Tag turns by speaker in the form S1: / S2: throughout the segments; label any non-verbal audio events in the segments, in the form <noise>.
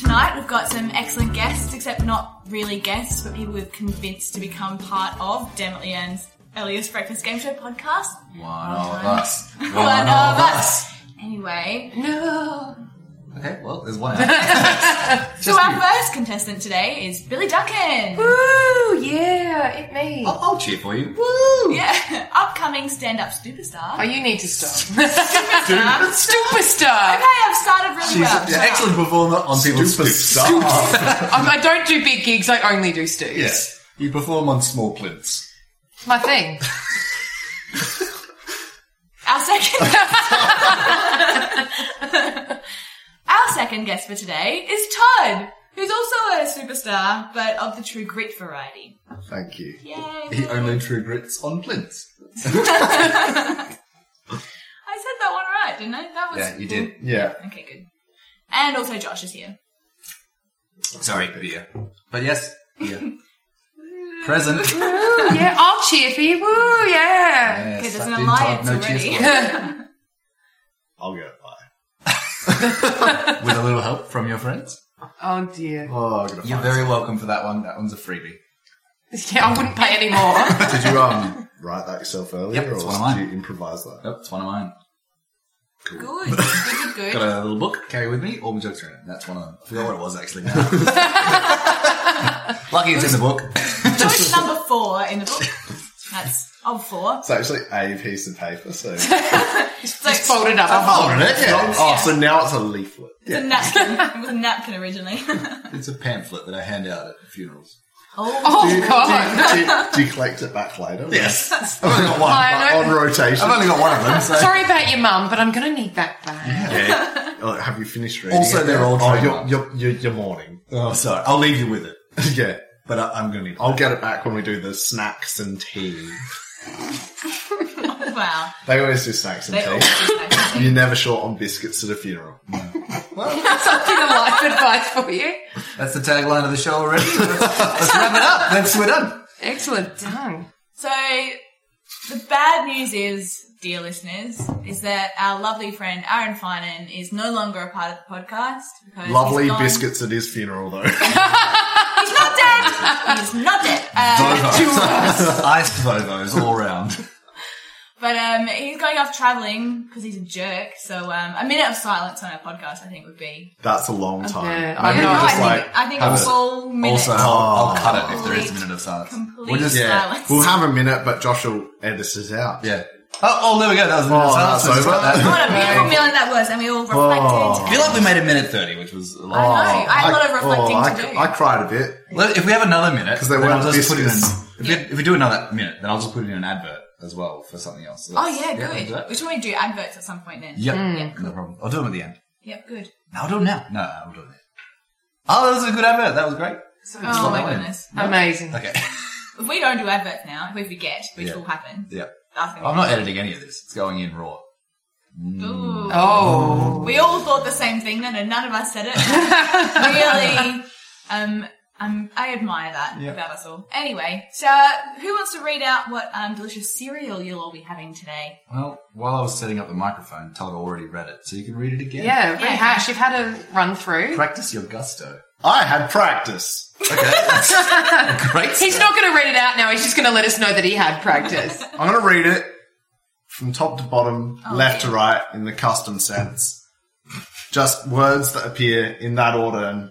S1: got some excellent guests, except not really guests, but people we've convinced to become part of Definitely Ann's earliest breakfast game show podcast.
S2: One of us. One,
S1: One of us. Anyway,
S3: No.
S2: Okay, well, there's
S1: <laughs>
S2: one out.
S1: so our first contestant today is Billy Duncan.
S3: Woo! Yeah, it me.
S2: I'll, I'll cheer for you.
S3: Woo!
S1: Yeah, <laughs> upcoming stand-up superstar.
S3: Oh,
S1: Okay,
S3: you need to stop. <laughs>
S2: Dude,
S3: Superstar.
S1: I've started really
S2: she's
S1: well.
S2: an excellent performer on people's
S4: Stupid
S2: stoops.
S4: stuff.
S3: I'm, Oh, I don't do big gigs. I only do stoops.
S4: yes. You perform on small plinths.
S3: My thing.
S1: Our second. <laughs> Our second guest for today is Todd, who's also a superstar, but of the true grit variety.
S4: Thank you.
S2: <laughs>
S1: Yay!
S4: He only true grits on plinths.
S1: I said that one right, didn't I? That was
S2: Yeah, you did.
S4: Yeah.
S1: Okay, good. And also Josh is here.
S2: Sorry, beer. But yes,
S1: <laughs>
S2: beer. Present.
S3: Woo! Yeah, I'll cheer for you. Woo! Yeah.
S2: Yes,
S1: Okay, there's an
S2: sucked in time,
S1: alliance
S2: no cheers
S1: already.
S2: for it.
S4: I'll go bye.
S2: With a little help from your friends.
S3: Oh dear.
S4: Oh, I'm gonna
S2: You're
S4: find
S2: very welcome for that one. That one's a freebie.
S3: Yeah, I wouldn't pay any more. <laughs>
S4: Did you um write that yourself earlier,
S2: Yep,
S4: or
S2: it's one of
S4: did
S2: mine.
S4: you improvise that?
S2: Nope, it's one of mine.
S1: <laughs> good, good, good.
S2: Got a little book, carry with me, all my jokes are in it. That's one of them. I forgot what it was actually <laughs> now. Lucky it's in the book.
S1: Choice number four in the book. That's of four.
S4: It's actually a piece of
S2: <laughs>
S4: paper, so
S1: It's like
S3: Just fold it up.
S4: folded it. Yeah. Oh, so now it's
S2: <laughs>
S4: a leaflet.
S1: it's a napkin. It was a napkin originally.
S2: <laughs> It's a pamphlet that I hand out at funerals.
S1: oh,
S3: Oh god.
S4: Do you, do you collect it back later?
S2: Yes. I've only got one.
S3: I
S4: Like,
S3: don't-
S4: on rotation.
S2: I've only got one of them, so.
S3: Sorry about your mum, but I'm going to need that back. <laughs>
S4: Oh, have you finished reading?
S2: Also,
S4: it?
S2: they're all
S4: Oh,
S2: trademarked.
S4: you're, you're, you're, you're mourning.
S2: <laughs> Oh, sorry. I'll leave you with it.
S4: yeah,
S2: But I, I'm going to need
S4: I'll get it back when we do the snacks and tea.
S1: wow.
S4: They always do snacks and
S1: They all
S4: tea.
S1: do that.
S4: You're never short on biscuits at a funeral.
S3: Something of life advice for you.
S2: That's the tagline of the show already. Let's, <laughs> let's wrap it up. That's we're done.
S3: Excellent. Done.
S1: So the bad news is, dear listeners, is that our lovely friend Aaron Finan is no longer a part of the podcast. because he's
S4: Lovely
S1: gone.
S4: biscuits at his funeral, though.
S1: He's not dead. He's not dead. Um,
S2: Vovos. Iced Vovos all round.
S1: but um, he's going off traveling because he's a jerk. So um, a minute of silence on our podcast, I think, would be.
S4: That's a long time.
S3: Yeah, I
S4: Maybe
S3: know.
S4: we
S1: I
S4: just
S1: think,
S4: like
S1: I think
S4: have
S1: a
S4: a-
S1: full minute.
S2: Also, I'll, I'll cut it if there
S1: Complete-
S2: is a minute of silence.
S1: complete
S2: We'll just,
S4: yeah.
S1: silence.
S4: We'll have a minute, but Josh will edit it out.
S2: yeah. Oh, oh, there we go. That was a minute
S4: Oh,
S2: of silence.
S4: that's
S2: We'll just cut that.
S4: over.
S1: what a beautiful minute that was, and we all reflected.
S4: Oh.
S2: I feel like we made a minute 30, which was
S1: I
S2: a
S1: know.
S2: lot.
S1: I had a lot of reflecting
S4: oh, I,
S1: to do.
S4: I cried a bit.
S2: Let- If we have another minute,
S4: they
S2: then
S4: weren't
S2: I'll just put it in.
S4: biscuits.
S2: If, we, if we do another minute, then I'll just put it in an advert as well for something else. So
S1: oh
S2: that's-
S1: yeah,
S2: we'll
S1: good.
S2: do that.
S1: we should probably do adverts at some point then.
S2: Yep. No problem. I'll do them at the end.
S1: Yep, good.
S2: No, I'll do them now. No, I'll do it now. Oh, that was a good advert. That was great.
S1: oh
S2: not
S1: my
S2: mine.
S1: goodness.
S3: Amazing.
S2: Okay. <laughs>
S1: If we don't do adverts now, if we forget, which
S2: Yeah.
S1: will happen,
S2: yeah.
S1: that's gonna
S2: I'm not editing any of this. It's going in raw.
S1: be- Ooh.
S3: <laughs> Oh.
S1: We all thought the same thing then, and none of us said it. <laughs> really, um, um, I admire that
S2: Yeah.
S1: about us all. Anyway, so uh, who wants to read out what um, delicious cereal you'll all be having today?
S2: Well, while I was setting up the microphone, Todd already read it, so you can read it again.
S3: Yeah,
S1: Yeah.
S3: rehash. You've had a run through.
S2: Practice your gusto.
S4: I had practice.
S2: Okay. <laughs> That's a great.
S3: He's
S2: start.
S3: not going to read it out now. He's just going to let us know that he had practice.
S4: I'm going to read it from top to bottom,
S1: Oh,
S4: left
S1: yeah.
S4: to right, in the custom sense. Just words that appear in that order and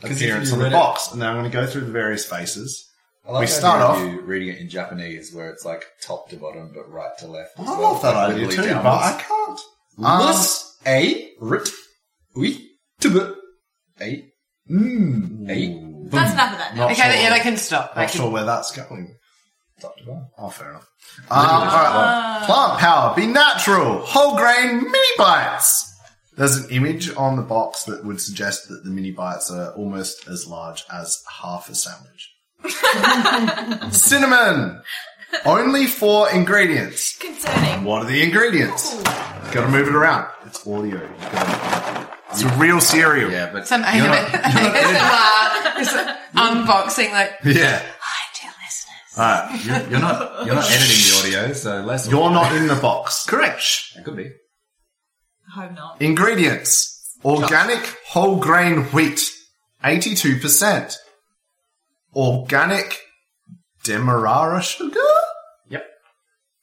S2: 'Cause if
S4: appearance
S2: you
S4: on the
S2: read it-
S4: box. And then I'm going to go through the various faces.
S2: I like
S4: We
S2: the
S4: start
S2: idea of you
S4: off-
S2: reading it in Japanese, where it's like top to bottom, but right to left.
S4: I
S2: as well,
S4: love that
S2: like
S4: idea too,
S2: wiggly
S4: but
S2: downwards.
S4: I can't.
S2: Lus a rit oui tube a mm a
S1: That's enough of that. Now.
S4: Um, Not sure.
S3: Okay, yeah, they can stop. They
S4: Not
S3: can-
S4: sure where that's going.
S2: top to bottom.
S4: Oh, fair enough. Um, all right, well, plant power, be natural, whole grain mini bites. There's an image on the box that would suggest that the mini bites are almost as large as half a sandwich. Cinnamon, only four ingredients.
S1: Concerning.
S4: What are the ingredients? Got to move it around. It's audio. You gotta- It's a real cereal.
S2: Yeah, but
S3: Some
S2: you're
S3: <laughs>
S2: not- you're not editing.
S3: ASMR. It's like unboxing, like,
S4: <laughs> Yeah.
S1: Hi, dear listeners.
S4: All right.
S2: You're, you're not you're not editing the audio, so less. <laughs>
S4: You're not in the box.
S2: correct. It could be.
S1: I hope not.
S4: Ingredients: organic whole grain wheat, 82% organic demerara sugar?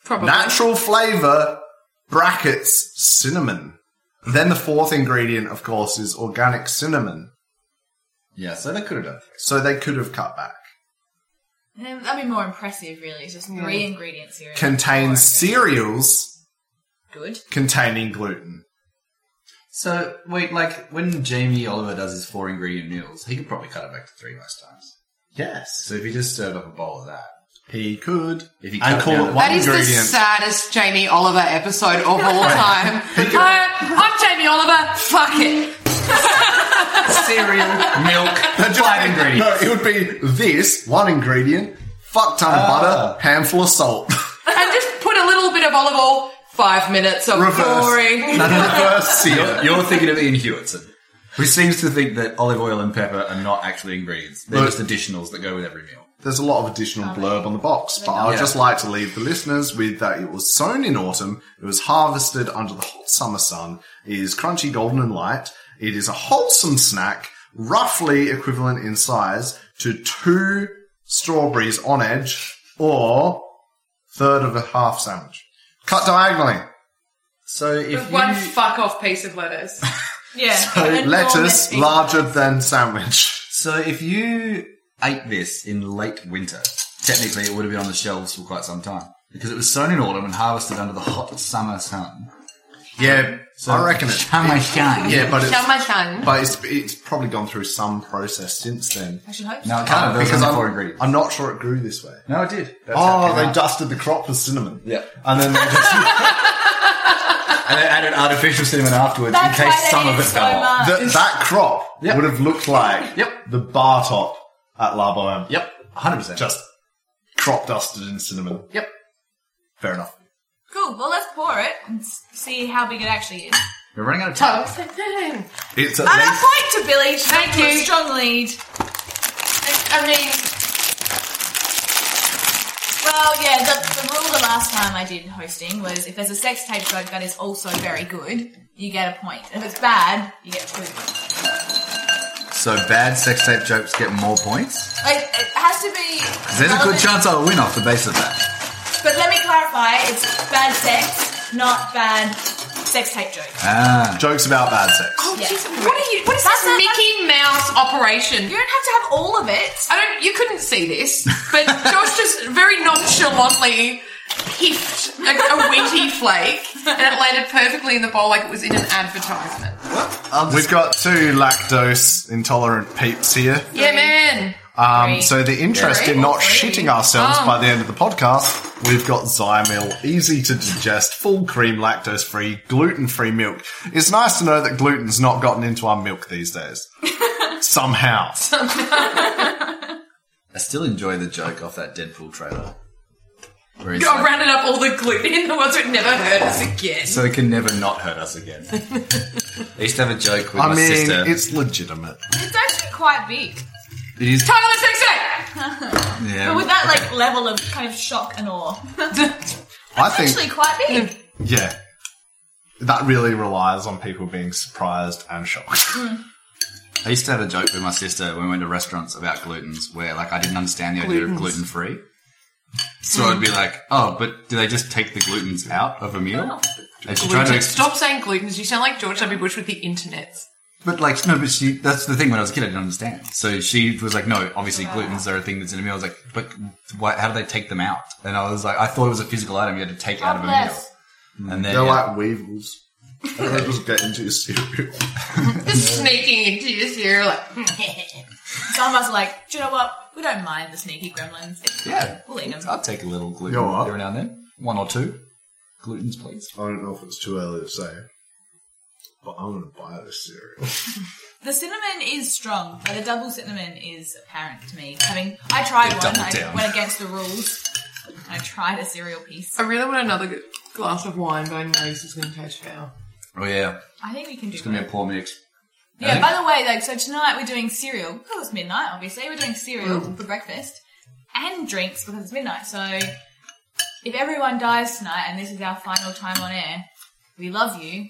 S3: Probably.
S4: Natural flavor, brackets, cinnamon. Then the fourth ingredient, of course, is organic cinnamon.
S2: Yeah, so they could have done.
S4: So they could have cut back.
S1: Um, That'd be more impressive, really. It's just three ingredients here.
S4: Contains cereals
S1: Good.
S4: containing gluten.
S2: So wait, like when Jamie Oliver does his four ingredient meals, he could probably cut it back to three most times.
S4: Yes.
S2: So if he just served up a bowl of that,
S4: He could.
S2: If he
S4: and
S2: cut
S4: call
S2: down
S4: it
S2: the-
S4: one
S3: That is
S4: ingredient.
S3: the saddest Jamie Oliver episode of all
S2: <laughs>
S3: time. Hi, I'm Jamie Oliver. Fuck it.
S2: <laughs> cereal, milk, <laughs> five ingredients.
S4: No, it would be this one ingredient, fuck ton of
S2: Ah.
S4: butter, handful of salt. <laughs>
S3: And just put a little bit of olive oil. Five minutes of
S4: Reverse.
S3: boring.
S2: None of the first seal. You're thinking of Ian Hewitson, who seems to think that olive oil and pepper are not actually ingredients; they're
S4: Look.
S2: just additionals that go with every meal.
S4: There's a lot of additional blurb on the box, but I'd
S2: Yeah.
S4: just like to leave the listeners with that it was sown in autumn, it was harvested under the hot summer sun, it is crunchy, golden, and light. It is a wholesome snack, roughly equivalent in size to two strawberries on edge or third of a half sandwich. Cut diagonally.
S2: So if
S3: One
S2: you,
S3: fuck off piece of lettuce.
S1: Yeah.
S4: So
S1: Enormous
S4: lettuce
S1: piece.
S4: larger than sandwich.
S2: so if you ate this in late winter, technically it would have been on the shelves for quite some time because it was sown in autumn and harvested under the hot summer sun.
S4: Yeah,
S2: So
S4: I reckon it.
S2: How
S4: <laughs>
S2: much time?
S4: Yeah, but
S3: Now
S4: it's,
S3: my tongue.
S4: but it's, it's probably gone through some process since then.
S1: I should hope so.
S2: No, it can't. Those
S4: because
S2: are the
S4: I'm,
S2: four ingredients.
S4: I'm not sure it grew this way.
S2: no, it did. That's how it
S4: Oh,
S2: came
S4: they
S2: out.
S4: dusted the crop with cinnamon.
S2: Yeah.
S4: And then they <laughs>
S2: and they added artificial cinnamon afterwards
S1: That's
S2: in
S1: why
S2: case
S1: they
S2: some
S1: did
S2: of it
S1: so
S2: fell off.
S1: much.
S4: th- that crop
S2: Yep.
S4: would have looked like
S2: Yep.
S4: the bar top at La Boheme.
S2: Yep, hundred percent.
S4: Just crop dusted in cinnamon.
S2: yep.
S4: Fair enough.
S1: Cool. Well, let's pour it and s- see how big it actually is.
S2: We're running out of time.
S3: Tongue. I
S4: It's at
S1: And a
S4: least
S1: point to Billy. She
S3: Thank
S1: took a
S3: you.
S1: Strong lead.
S3: mean,
S1: Well, yeah. The, the rule the last time I did hosting was if there's a sex tape joke that is also very good, you get a point. If it's bad, you get two.
S2: So bad sex tape jokes get more points.
S1: Like it has to be.
S2: 'Cause There's a
S1: relevant.
S2: good chance I'll win off the base of that.
S1: But let me clarify: it's bad sex, not bad sex tape joke.
S2: Ah,
S4: jokes about bad sex.
S3: oh,
S1: Yeah.
S3: jeez, what are you? What is
S1: That's
S3: this
S1: a-
S3: Mickey Mouse operation?
S1: You don't have to have all of it.
S3: I don't. You couldn't see this, but Josh just very nonchalantly piffed a, a wheaty flake, and it landed perfectly in the bowl like it was in an advertisement.
S4: We've got two lactose intolerant peeps here.
S3: Yeah, man.
S4: Um,
S1: Three.
S4: so the interest
S1: Three.
S4: in not
S1: Three.
S4: shitting ourselves
S3: Oh.
S4: by the end of the podcast, we've got Zymil, easy to digest, full cream, lactose free, gluten free milk. It's nice to know that gluten's not gotten into our milk these <laughs> days. Somehow.
S2: I still enjoy the joke off that Deadpool trailer. Where he's
S3: I
S2: like,
S3: rounded up all the gluten, the ones that never hurt us again.
S2: so it can never not hurt us again. I used to have a joke with
S4: I
S2: my
S4: mean,
S2: sister.
S4: it's legitimate.
S1: It's actually quite big.
S2: It is.
S3: Title of the sex tape.
S2: Yeah,
S1: But with that
S2: okay.
S1: like level of kind of shock and awe,
S4: I
S1: it's actually
S4: think,
S1: quite big.
S4: yeah, that really relies on people being surprised and <laughs> shocked.
S2: I used to have a joke with my sister when we went to restaurants about glutens, where like I didn't understand the idea of gluten free. So I'd be like, "Oh, but do they just take the glutens out of a meal?" And she tried to
S3: Gluten.
S2: ex-
S3: Stop saying glutens. You sound like George W. Bush with the internets.
S2: But like, no, but she, that's the thing when I was a kid, I didn't understand. So she was like, no, obviously glutens are a thing that's in a meal. I was like, but why, how do they take them out? And I was like, I thought it was a physical item you had to take out of a
S1: bless.
S2: meal. And then,
S4: They're
S2: yeah.
S4: like weevils. Weevils get into your cereal. <laughs>
S3: Just sneaking into your cereal. Like,
S1: Some of us are like, do you know what? We don't mind the sneaky gremlins.
S2: yeah,
S1: We'll eat 'em.
S2: I'll take a little gluten
S4: You're right.
S2: every now and then. One or two. Glutens, please.
S4: I don't know if it's too early to say, but I'm going to buy this cereal.
S1: The cinnamon is strong, but the double cinnamon is apparent to me. Having I tried
S2: They
S1: one,
S2: doubled
S1: I
S2: down.
S1: went against the rules. I tried a cereal piece.
S3: I really want another g- glass of wine, but I know this is going to taste foul.
S2: Oh yeah,
S1: I think we can do
S2: it's gonna be
S1: that.
S2: a poor mix.
S1: Yeah. By the way, like, so tonight we're doing cereal because it's midnight. Obviously, we're doing cereal
S2: Mm.
S1: for breakfast and drinks because it's midnight. So if everyone dies tonight and this is our final time on air, we love you.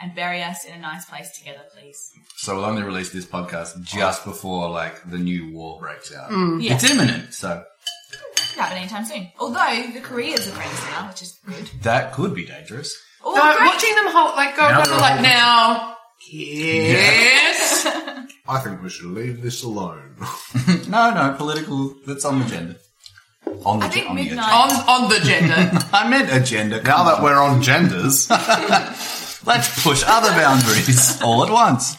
S1: and bury us in a nice place together, please.
S2: So we'll only release this podcast just before like the new war breaks out.
S1: Yeah.
S2: It's imminent, so
S1: Could happen anytime soon. Although the careers are friends now, which is good.
S2: that could be dangerous.
S1: Oh,
S3: No,
S1: great.
S3: watching them hold, like, go,
S4: Now
S3: go,
S4: they're
S3: go, like,
S4: all-
S3: now. Yes.
S4: I think we should leave this alone. <laughs>
S2: No, no, political. That's on the agenda. On the,
S1: I think
S2: on the
S1: midnight-
S2: agenda.
S3: on, on the gender.
S2: I meant agenda.
S4: now that we're on
S2: <laughs>
S4: genders,
S2: let's push other boundaries all at once.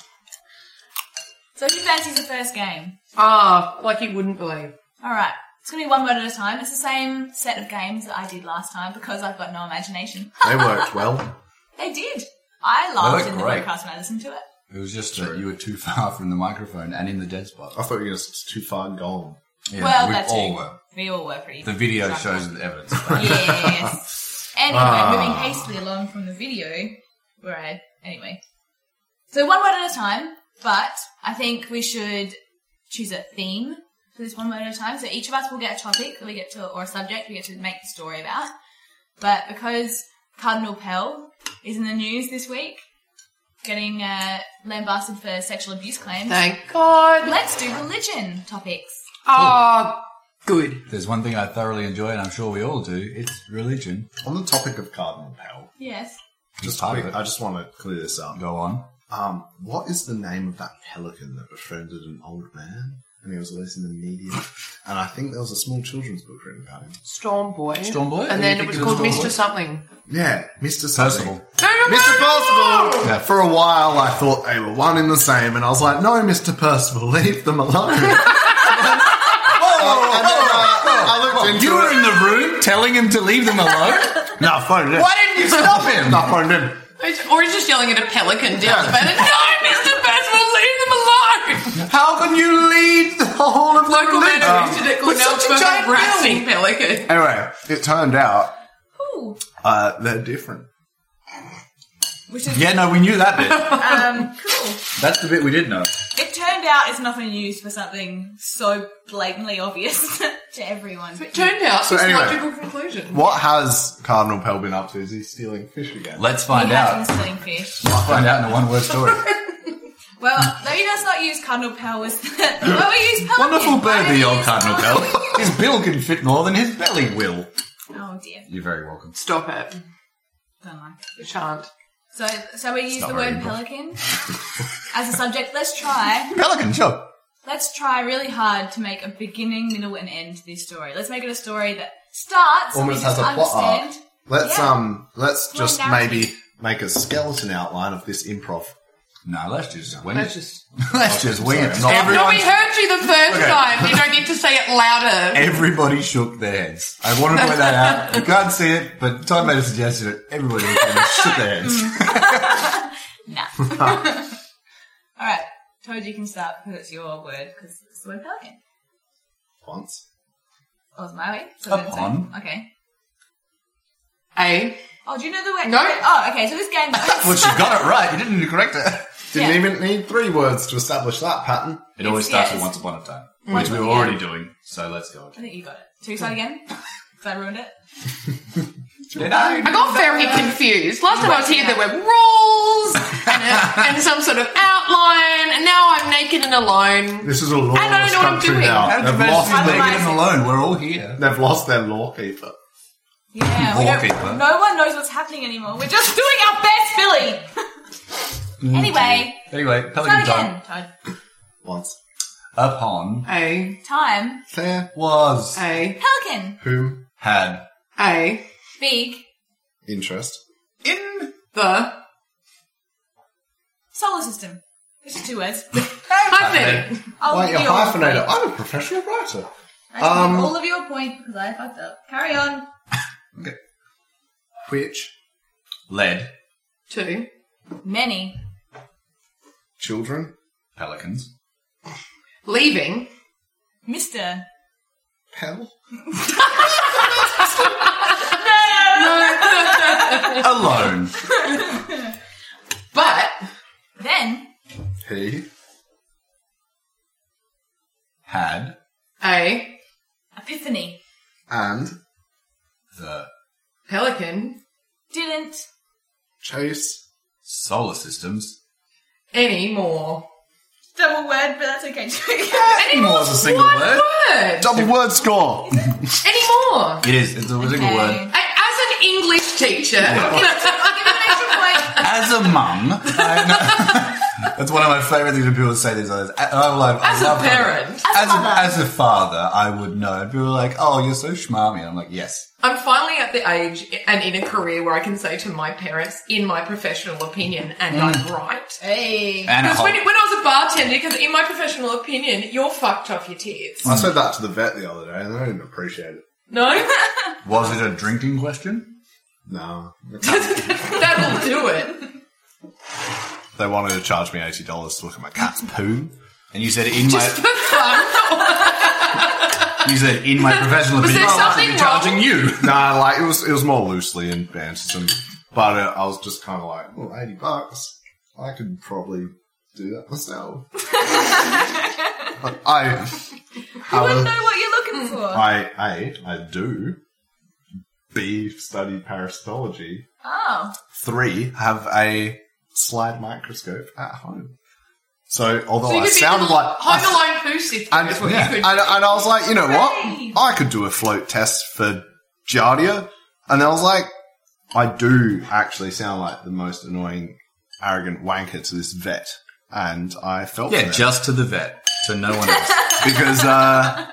S1: So who fancies the first game?
S3: <laughs> Ah, like you wouldn't believe.
S1: All right. It's going to be one word at a time. It's the same set of games that I did last time because I've got no imagination.
S4: they worked well.
S1: They did. I laughed
S2: look
S1: in the
S2: great.
S1: podcast when I listened to it.
S2: It was just that you were too far from the microphone and in the dead spot.
S4: I thought you were just too far gone.
S2: Yeah,
S1: well,
S2: we
S1: that's
S2: all
S1: it.
S2: were.
S1: We all were pretty.
S2: The video
S1: drunk.
S2: shows the evidence.
S1: Yes. anyway,
S4: Ah.
S1: moving hastily along from the video, where I anyway. So one word at a time, but I think we should choose a theme for this one word at a time. So each of us will get a topic that we get to, or a subject we get to make the story about. But because Cardinal Pell is in the news this week, getting uh, lambasted for sexual abuse claims,
S3: Thank God.
S1: let's do religion topics.
S3: Ah, good.
S2: There's one thing I thoroughly enjoy, and I'm sure we all do. It's religion.
S4: On the topic of Cardinal Pell,
S1: Yes.
S2: Just
S4: just
S2: part
S4: quick,
S2: of it.
S4: I just want to clear this up.
S2: Go on.
S4: Um, what is the name of that pelican that befriended an old man? And he was always in the media. And I think there was a small children's book written about him.
S3: Storm Boy.
S2: Storm Boy? You
S3: And then it
S2: think
S3: was
S2: it was
S3: called
S2: Storm Boy?
S3: Mr. Something.
S4: Yeah, Mr. Something.
S2: Percival.
S4: Mr. Percival!
S2: Yeah.
S4: For a while, I thought they were one and the same, and I was like, no, Mr. Percival, leave them
S2: <laughs>
S4: alone. and then,
S2: Oh,
S4: I, I looked into
S2: You were
S4: it.
S2: in the room telling him to leave them <laughs> alone?
S4: No, I phoned him.
S3: Why didn't you stop him?
S4: No, I phoned him.
S3: Or he's just yelling at a pelican down the bed. No, Mr. Percival, leave them alone!
S4: How can you lead the whole of
S3: Local man
S4: religion?
S3: arrested at
S4: with
S3: Glenelg
S4: such a
S3: for
S4: giant
S3: harassing pelican.
S4: Anyway, it turned out
S1: Ooh.
S4: uh, they're different.
S1: Which is
S2: Yeah, no, we knew that bit.
S1: um, cool.
S2: That's the bit we did know.
S1: It turned out it's not been used for something so blatantly obvious <laughs> to everyone.
S3: It turned out it's
S4: anyway.
S3: a logical conclusion.
S4: What has Cardinal Pell been up to? Is he stealing fish again?
S2: Let's
S1: He
S2: find
S1: has
S2: out.
S1: been splitting fish.
S2: Let's find out in a one word story.
S1: Well, maybe let's not use cardinal powers. <laughs> well, we use pelicans.
S2: Wonderful bird, the old Cardinal Bell.
S1: Bell. <laughs>
S2: <laughs> His bill can fit more than his belly will.
S1: Oh dear,
S2: You're very welcome.
S3: Stop it.
S1: don't like it.
S3: We shan't.
S1: So, so we use
S2: not
S1: the word
S2: very <laughs>
S1: pelican as a subject. Let's try.
S2: Pelican, sure.
S1: Let's try really hard to make a beginning, middle, and end to this story. Let's make it a story that starts. and we
S4: Almost has
S1: just
S4: a plot arc.
S1: understand.
S4: Let's
S1: Yeah.
S4: um, let's
S1: Well,
S4: just
S1: now-
S4: maybe make a skeleton outline of this improv.
S2: No, let's just win
S3: That's
S2: it. Oh, <laughs>
S3: just.
S2: Let's just wing it.
S4: Sorry.
S3: No,
S2: Everyone,
S3: we heard you the first
S2: Okay.
S3: time. You don't need to say it
S4: <laughs>
S3: louder.
S2: everybody shook their heads. I want to point that out. You can't see it, but Tom made a suggestion that everybody
S1: <laughs>
S2: shook their heads.
S1: Nah.
S2: <laughs>
S1: <laughs> All right, Toad, you can start because it's your word because it's the word pelican.
S4: Once
S1: Oh, it's my way. So then it's
S2: Upon.
S1: mine. Okay.
S3: A.
S1: Oh, do you know the way?
S3: No.
S1: Oh, okay. So this game. <laughs>
S2: Well, she got it right. You didn't need to correct her.
S4: didn't
S1: Yeah.
S4: even need three words to establish that pattern.
S2: It always
S1: Yes,
S2: starts
S1: yes.
S2: with once upon a time,
S1: Once
S2: which we were
S1: upon-
S2: already doing. So let's go.
S1: I think you got it. Should we start again? Because I ruined it.
S2: Did I?
S3: I got very confused. Last time I was here, there were rules and, uh,
S4: <laughs>
S3: and some sort of outline, and now I'm naked and alone.
S4: This is a lawless
S3: I don't know what I'm
S4: country
S3: doing.
S4: now.
S2: How did you
S4: They've
S2: manage to
S4: lost,
S1: Otherwise-
S2: be
S4: their,
S2: naked and alone? We're all here.
S4: they've lost their lawkeeper.
S1: Yeah. we don't-
S2: Wallpaper.
S1: no one knows what's happening anymore. We're just doing our best, Billy. <laughs> anyway,
S2: Anyway,
S1: start
S2: Pelican time.
S1: again. Toad.
S4: Once
S2: Upon
S3: A.
S1: Time.
S4: there,
S2: was
S3: A.
S1: Pelican.
S4: whom
S2: had
S3: A.
S1: Big.
S4: interest
S2: in
S3: The.
S1: Solar system. Which is two words. <laughs>
S3: Hyphenated.
S1: I'll
S4: like a
S1: give you all the
S4: hyphenator.
S1: point.
S4: I'm a professional writer.
S1: I just
S4: Um,
S1: give all of your point because I fucked up. Carry on.
S4: Which
S2: led
S3: Two.
S1: Many.
S4: children
S2: pelicans
S3: Leaving.
S1: Mister.
S4: hell?
S2: alone.
S3: But.
S1: Then.
S4: He
S2: had
S3: A.
S1: Epiphany.
S4: and
S2: the
S3: Pelican.
S1: Didn't.
S4: chase
S2: solar systems.
S3: Anymore.
S1: Double word, but that's okay. <laughs>
S4: Anymore is a single
S3: One
S4: word.
S3: word.
S4: Double word score.
S3: Anymore.
S2: It is. It's a single
S1: Okay.
S2: word.
S3: A- As an English teacher.
S1: I'll give you an extra point.
S2: As a mum, I know-
S3: <laughs>
S2: that's one of my favorite things when people say these. I, I love, I
S3: As a
S2: love that.
S3: parent.
S2: As,
S1: As a
S2: a,
S1: mother.
S2: as a father, I would know. And People are like, "Oh, you're so schmarmy," and I'm like, "Yes."
S3: I'm finally at the age and in a career where I can say to my parents, in my professional opinion, and
S4: Mm.
S3: I'm right.
S1: <laughs> Hey.
S2: And a
S3: Because
S2: whole-
S3: when, when I was a bartender, because in my professional opinion, you're fucked off your tits.
S4: I said that to the vet the other day and I didn't appreciate it.
S3: No?
S2: was it a drinking question?
S4: No.
S3: That'll
S2: <laughs>
S3: do it.
S4: <laughs> They wanted to charge me eighty dollars to look at my cat's poo.
S2: And you said in
S3: Just for fun.
S2: my you said in
S3: <laughs>
S2: my professional
S3: Was there
S2: opinion, I should be
S3: something
S2: charging
S3: wrong?
S2: you.
S4: Nah, like it was it was more loosely in bantersome. But uh, I was just kind of like, well, eighty bucks, I could probably do that myself. but I
S1: You
S4: have
S1: wouldn't
S4: a,
S1: know what you're
S2: Mm.
S1: looking for.
S4: I a I do. B studied parasitology.
S1: Oh.
S4: Three have a slide microscope at home. So although
S3: So you
S4: I
S3: could be
S4: sounded
S3: the
S4: like I
S3: Home Alone poo sitter.
S4: And,
S3: is what
S4: yeah.
S3: you could
S4: <laughs> and, and I was like, you know
S1: Hooray!
S4: what? I could do a float test for Giardia. And I was like, I do actually sound like the most annoying, arrogant wanker to this vet. And I felt for
S2: Yeah,
S4: them.
S2: just to the vet, to no one else.
S4: because uh,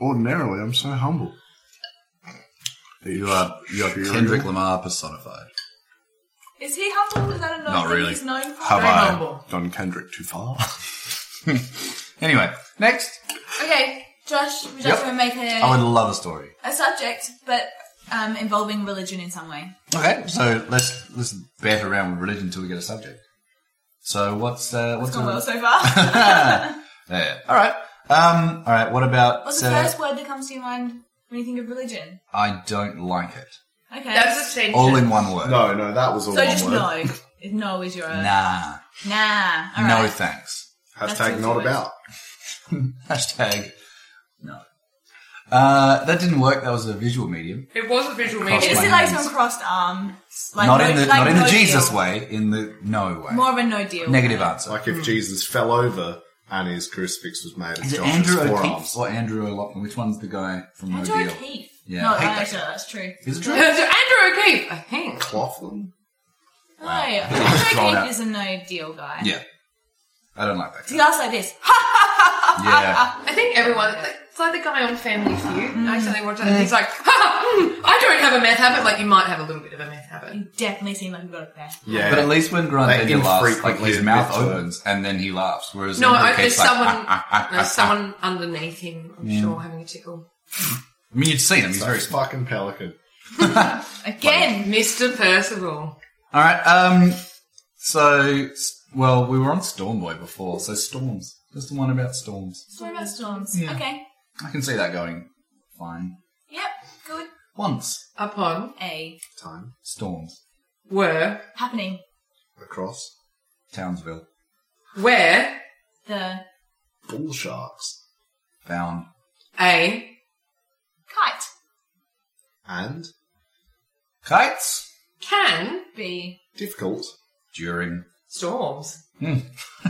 S4: ordinarily I'm so humble.
S2: You are you are
S4: Sure.
S2: Kendrick Lamar personified. <laughs>
S1: Is he humble? Is that a known
S2: Not
S1: thing
S2: really.
S1: he's known for?
S4: Have
S3: Very
S4: I
S3: humble.
S4: gone Kendrick too far?
S2: Anyway, next.
S1: Okay, Josh, would you
S2: Yep.
S1: like to make a,
S2: I would love a story.
S1: a subject, but um, involving religion in some way?
S2: Okay, so let's let's bat around with religion until we get a subject. So what's uh,
S1: It's
S2: what's
S1: gone well
S2: <laughs> a,
S1: so far.
S2: <laughs> yeah. All right. Um. All right. What about?
S1: What's
S2: uh,
S1: the first word that comes to your mind when you think of religion?
S2: I don't like it.
S1: Okay.
S3: That's attention.
S2: All in one word.
S4: no, no, that was all
S1: so
S4: one
S1: just
S4: word.
S1: no. If no is your own.
S2: Nah.
S1: Nah. All
S2: No
S1: right.
S2: thanks. <laughs>
S1: That's
S4: Hashtag
S1: a
S4: not
S1: choice.
S4: about.
S2: Hashtag. No. Uh, that didn't work. That was a visual medium.
S3: It was a visual
S2: Cross
S1: It
S3: medium.
S1: is
S2: my
S1: like
S2: hands.
S1: some crossed arm. Like
S2: not
S1: no-
S2: in the
S1: like
S2: not in the
S1: no
S2: Jesus
S1: deal.
S2: way. In the no way.
S1: More of a no deal.
S2: Negative answer.
S4: Like if Jesus fell over and his crucifix was made of
S2: Hmm. Is it
S4: Josh's
S2: Andrew
S4: forearms.
S2: O'Keefe or Andrew O'Loughlin? Which one's the guy from
S1: Andrew
S2: No Deal?
S1: O'Keefe.
S2: Yeah.
S1: No,
S2: I hate that
S1: actually, that's true.
S2: Is it
S3: <laughs> So
S2: true?
S3: Andrew O'Keefe, I think.
S4: Coughlin?
S1: No,
S2: Wow.
S1: Andrew
S2: Thrown out.
S1: O'Keefe is a no deal guy.
S2: Yeah. I don't like that.
S1: He laughs like this. Ha!
S3: <laughs>
S2: guy. Yeah.
S3: I think everyone. It's like the guy on Family Feud. I accidentally watched that. And he's like, <laughs> ha, mm, I don't have a meth habit. Like you might have a little bit of a meth habit.
S1: You definitely seem like you've got a bad.
S4: Yeah.
S2: But at least when Grant
S4: They
S2: Daniel laughs, like
S4: infrequently
S2: his mouth
S4: admit to it.
S2: opens and then he laughs. Whereas
S3: No,
S2: Andrew
S3: I,
S2: O'Keefe's
S3: there's
S2: like,
S3: someone.
S2: "Ah, ah, ah, ah, ah."
S3: there's someone underneath him. I'm sure having a tickle.
S2: I mean, you'd seen him. He's
S4: He's
S2: very
S4: very
S2: smart.
S4: fucking pelican.
S1: Again.
S3: Mr. Percival.
S2: All right. Um. So, s- well, we were on Storm Boy before, so storms. Just the one about storms.
S1: Story about storms. Okay.
S2: I can see that going fine.
S1: Yep. Good.
S2: Once
S3: Upon
S1: A.
S4: Time.
S2: storms,
S3: were
S1: Happening.
S4: Across.
S2: Townsville
S3: where
S1: The
S4: Bull sharks.
S2: found
S3: a
S1: kite.
S4: And
S2: kites
S3: can
S1: B.
S4: difficult.
S2: during.
S3: storms.
S1: The end. <laughs>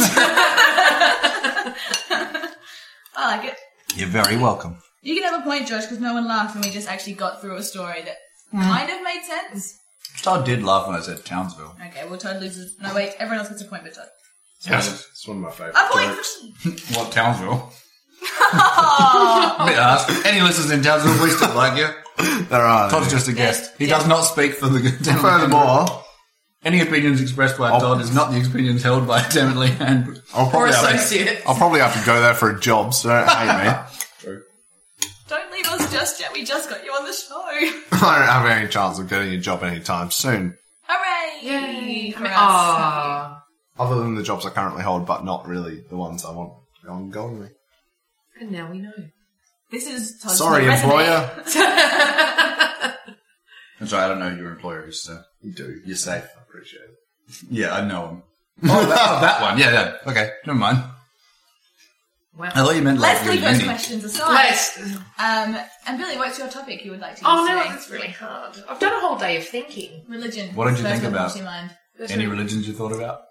S1: I like it.
S2: You're very welcome.
S1: You can have a point, Josh, because no one laughed when we just actually got through a story that
S2: Mm.
S1: kind of made sense.
S2: Todd did laugh when I said Townsville.
S1: Okay, well, Todd loses. No, wait, everyone else gets a point but Todd.
S4: Yes. It's one of my favourite
S1: A point
S4: jokes.
S1: for me!
S2: What Townsville? Bit ass. Any listeners in Townsville, we still like you.
S4: There are.
S2: Todd's just a guest. He does not speak for the Dammit
S4: Furthermore,
S2: Any opinions expressed by Todd is not the opinions held by Dammit Lee Handbook.
S4: I'll
S3: Or
S4: probably, have to,
S2: Oh.
S3: associates.
S4: I'll probably have to go there for a job, so don't hate me. <laughs>
S1: Don't leave us just yet, we just got you on the show. <laughs>
S4: I don't have any chance of getting a job anytime soon.
S1: Hooray!
S3: Yay.
S1: for us.
S3: Ah.
S4: Other than the jobs I currently hold, but not really the ones I want ongoingly.
S3: And now we know. <laughs>
S1: This is Todd's
S4: Sorry,
S1: resume.
S4: employer.
S2: I'm sorry, I don't know who your employer is, so
S4: You do.
S2: you're safe.
S4: I appreciate it.
S2: Yeah, I know him. Oh, that, oh, that one. Yeah, yeah. Okay, never mind.
S3: Wow.
S2: I thought you meant like
S1: Let's
S2: your
S1: leave those
S2: uni.
S1: questions aside.
S3: Let's-
S1: Um, and Billy, what's your topic you would like to use
S3: Oh no,
S1: today?
S3: that's really hard. I've done a whole day of thinking.
S1: Religion.
S2: What did you
S1: First
S2: think
S1: one that
S2: about?
S1: comes to your mind.
S2: Any religions you thought about?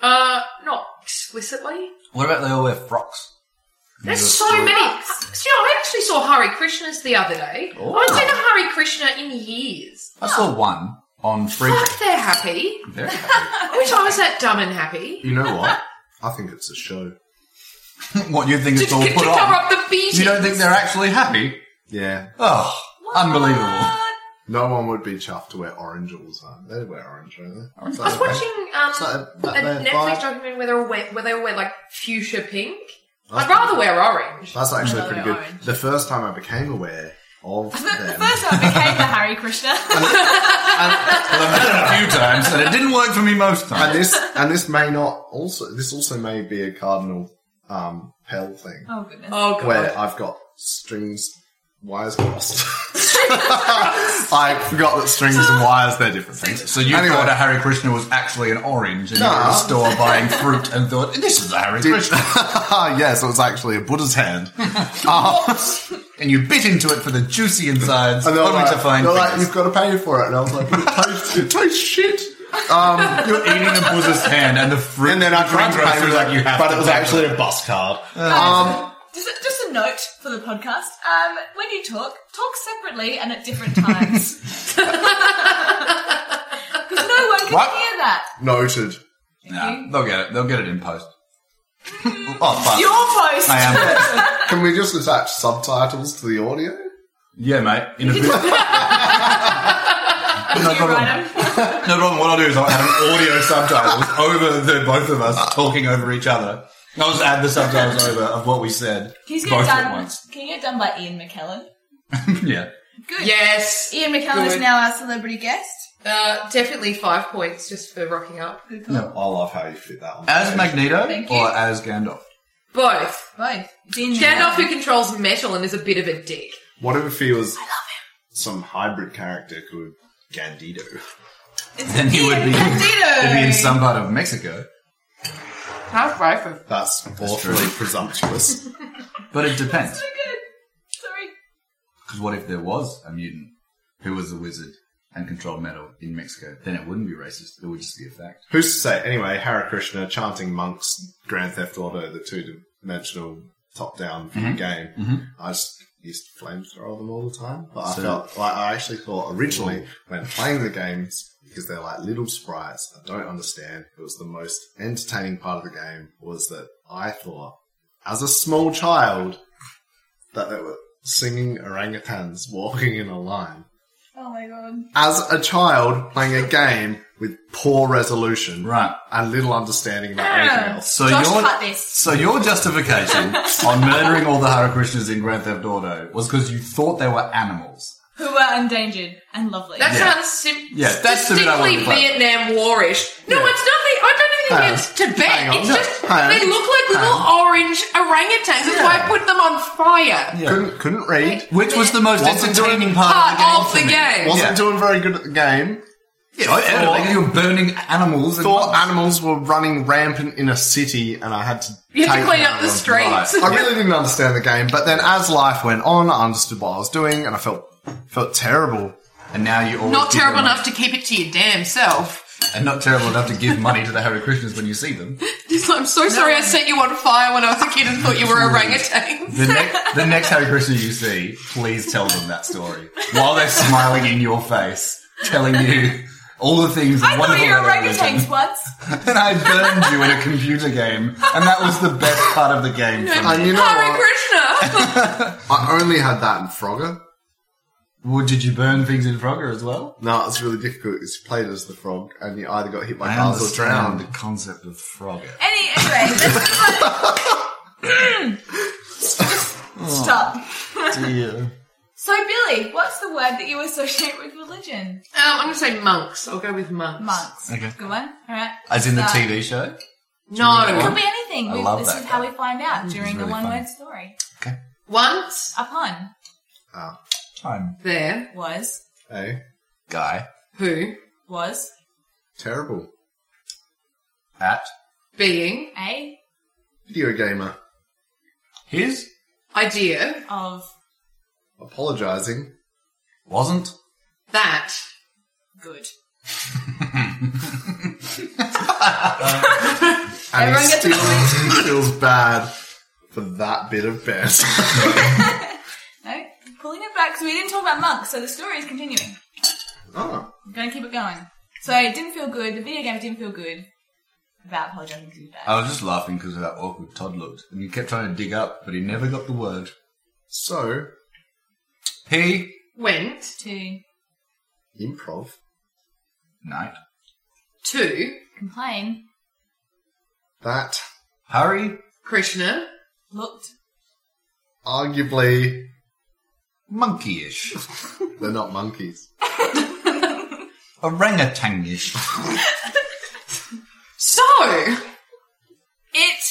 S3: Uh, not explicitly.
S2: What about they all wear frocks?
S3: There's
S2: You're
S3: so
S2: still-
S3: many. So, you know, I actually saw Hari Krishnas the other day.
S2: Oh.
S3: I haven't seen a Hari Krishna in years.
S2: I saw one on free.
S3: Fuck, they're happy.
S2: Very happy. <laughs>
S3: Which I was that dumb and happy.
S4: You know what? <laughs> I think it's a show.
S2: what you think
S3: To,
S2: it's all
S3: to
S2: put on?
S3: cover up the beating.
S2: You don't think they're actually happy?
S4: Yeah.
S2: Oh, <laughs> unbelievable!
S4: No one would be chuffed to wear orange all the time. They wear orange, don't they?
S3: I was watching um,
S4: that-
S3: a
S4: that bad
S3: Netflix
S4: vibe?
S3: documentary where they all wear, where they all wear like fuchsia pink.
S4: That's
S3: I'd rather wear
S4: <laughs>
S3: orange.
S4: That's actually
S1: Another
S4: pretty good.
S1: orange.
S4: The first time I became aware
S3: <laughs>
S4: of
S1: The, the
S4: them.
S1: first time I became the Harry
S2: <laughs>
S1: Krishna.
S2: Well, I've done it a few times, and it didn't work for me most
S4: <laughs> and
S2: times.
S4: this and this may not also this also may be a cardinal um pell thing.
S1: <laughs> oh goodness.
S3: Oh god.
S4: where I've got strings
S3: <laughs>
S4: wires crossed. <laughs> I forgot that strings and wires they're different things.
S2: So you
S4: Anyway.
S2: thought a Harry Krishna was actually an orange, and
S4: No.
S2: you were at the store buying fruit, and thought this is a Harry Krishna,
S4: <laughs> yes, it was actually a Buddha's hand.
S2: and you bit into it for the juicy insides,
S4: And
S2: only
S4: they're like,
S2: to find
S4: they're like,
S2: fingers.
S4: you've got to pay for it. And I was like, it tastes, <laughs> it tastes shit. Um,
S2: you're eating the Buddha's hand, and the fruit.
S4: And then I tried to pay
S2: grocer
S4: for
S2: was
S4: it,
S2: like, you have
S4: but
S2: to
S4: it Uh. was
S2: pay for
S4: actually a bus card.
S2: Um,
S1: Um, Just a, just a note for the podcast. Um, when you talk, talk separately and at different
S2: <laughs>
S1: times. <laughs> Because no one can
S2: What?
S1: hear that.
S4: Noted.
S2: Nah, they'll get it. They'll get it in post. oh, fuck.
S1: Your post.
S2: I am.
S4: <laughs> Can we just attach subtitles to the audio?
S2: Yeah, mate. In a
S4: <laughs>
S2: bit.
S1: You
S2: no problem.
S1: write 'em.
S2: No problem. What I'll do is I'll add an audio subtitles over the both of us talking over each other. I'll just add the <laughs> subtitles over of what we said.
S1: Can you get
S2: both at
S1: done?
S2: once. <laughs>
S1: Can you get done by Ian McKellen?
S2: yeah.
S1: Good.
S3: Yes.
S1: Ian McKellen is
S3: Good.
S1: now our celebrity guest.
S3: Uh, definitely five points just for rocking up.
S1: Good call.
S4: I love how you fit that one.
S2: As Magneto
S1: Thank you.
S2: or as Gandalf?
S3: Both.
S1: Both. It's Ian
S3: Gandalf
S1: McKellen.
S3: who controls metal and is a bit of a dick.
S4: What if he was some hybrid character called Gandido?
S1: It's
S2: Then he would
S1: Ian
S2: be.
S1: Candido.
S2: <laughs> He'd be in some part of Mexico.
S3: How's both of
S4: That's awfully
S2: true.
S4: presumptuous.
S2: But it depends.
S1: So good. Sorry.
S2: Because what if there was a mutant who was a wizard and controlled metal in Mexico? Then it wouldn't be racist. It would just be a fact.
S4: Who's to say? Anyway, Hare Krishna, chanting monks, Grand Theft Auto, the two-dimensional top-down view game. I just used to flamethrower them all the time. But I
S2: So-
S4: felt like I actually thought originally when playing the games because they're like little sprites. I don't understand. It was the most entertaining part of the game was that I thought as a small child that they were singing orangutans walking in a line
S1: Oh my god.
S4: as a child playing a game with poor resolution
S2: Right.
S4: and little understanding about anything else.
S2: So
S1: Josh,
S2: your
S1: cut this.
S2: so your <laughs> justification on murdering all the Hare Krishnas in Grand Theft Auto was because you thought they were animals.
S1: Who were endangered and lovely.
S3: That
S2: Yeah.
S3: sounds sim-
S2: Yeah, that's the bit I
S3: distinctly
S2: wanted to play.
S3: Vietnam Warish. No,
S2: Yeah.
S3: it's nothing. I don't even think
S4: Hang
S3: it's
S4: Hang
S3: Tibet.
S4: on.
S3: It's
S4: No,
S3: just
S4: hang on.
S3: they look like little orange orangutans. That's why I put them on fire.
S2: Yeah.
S4: Couldn't couldn't read.
S2: Which was the most
S4: Wasn't
S2: entertaining
S4: doing-
S2: part,
S3: Part
S2: of the game.
S3: of the game.
S4: Wasn't
S2: Yeah.
S4: doing very good at the game.
S2: Yeah, I- I
S4: Thought-
S2: like you were burning animals. And
S4: Thought animals were running rampant in a city, and I had to.
S3: You had to
S4: take
S3: clean
S4: them
S3: up
S4: out
S3: the
S4: of
S3: streets.
S4: Right. I really didn't understand the game, but then as life went on, I understood what I was doing, and I felt felt terrible.
S2: and now you always
S3: Not
S2: give
S3: terrible
S2: them-
S3: enough to keep it to your damn self.
S2: and not terrible enough to give money to the Hare Krishnas when you see them.
S3: <laughs> I'm so sorry I set you on fire when I was a kid and thought you were orangutans.
S2: The next the next Hare Krishna you see, please tell them that story while they're smiling in your face, telling you all the things
S1: I thought
S2: wonderful
S1: you were
S2: about their religion.
S1: orangutans once.
S2: <laughs> And I burned you in a computer game, and that was the best part of the game. for me.
S4: And you know,
S3: Hare <laughs>
S4: what?
S3: Krishna.
S2: <laughs>
S4: I only had that in Frogger.
S2: Well, did you burn things in Frogger as well?
S4: No, it's really difficult because you played as the frog, and you either got hit by cars or drowned.
S2: the concept of Frogger.
S1: Any, anyway, let's
S2: <laughs>
S1: Stop.
S2: Yeah.
S1: So, Billy, what's the word that you associate with religion?
S3: Um, I'm gonna say monks. I'll go with monks.
S1: Monks.
S2: Okay.
S1: Good one. All right.
S2: As in the
S1: Uh,
S2: TV show?
S1: It could
S3: No.
S1: be anything.
S2: I
S1: We-
S2: love
S1: this
S2: that
S1: is how
S2: guy.
S1: we find out during the
S2: really
S1: one
S2: funny.
S1: word story.
S2: Okay.
S3: Once
S1: A pun
S4: Oh,
S2: Time.
S3: there,
S1: was,
S4: hey,
S2: Guy.
S3: who
S1: was,
S4: terrible
S2: At.
S3: being
S1: a,
S4: video gamer.
S2: His
S3: idea
S1: of
S4: Apologizing.
S2: wasn't.
S3: that
S1: good.
S4: And
S1: Everyone gets
S4: <laughs> he still feels bad for that bit
S1: <laughs>
S4: of best.
S1: No, pulling it back. So we didn't talk about monks, so the story is continuing.
S4: oh.
S1: I'm going to keep it going. So it didn't feel good. The video game didn't feel good about apologizing to bad.
S2: I was just laughing because of how awkward Todd looked, and he kept trying to dig up, but he never got the word.
S4: So,
S2: He
S3: went
S1: To
S4: improv.
S2: night
S3: to
S1: complain
S4: That
S2: hurry
S3: Krishna
S1: looked
S4: arguably
S2: monkeyish
S4: they're not monkeys.
S2: orangutangish.
S3: So,
S1: it.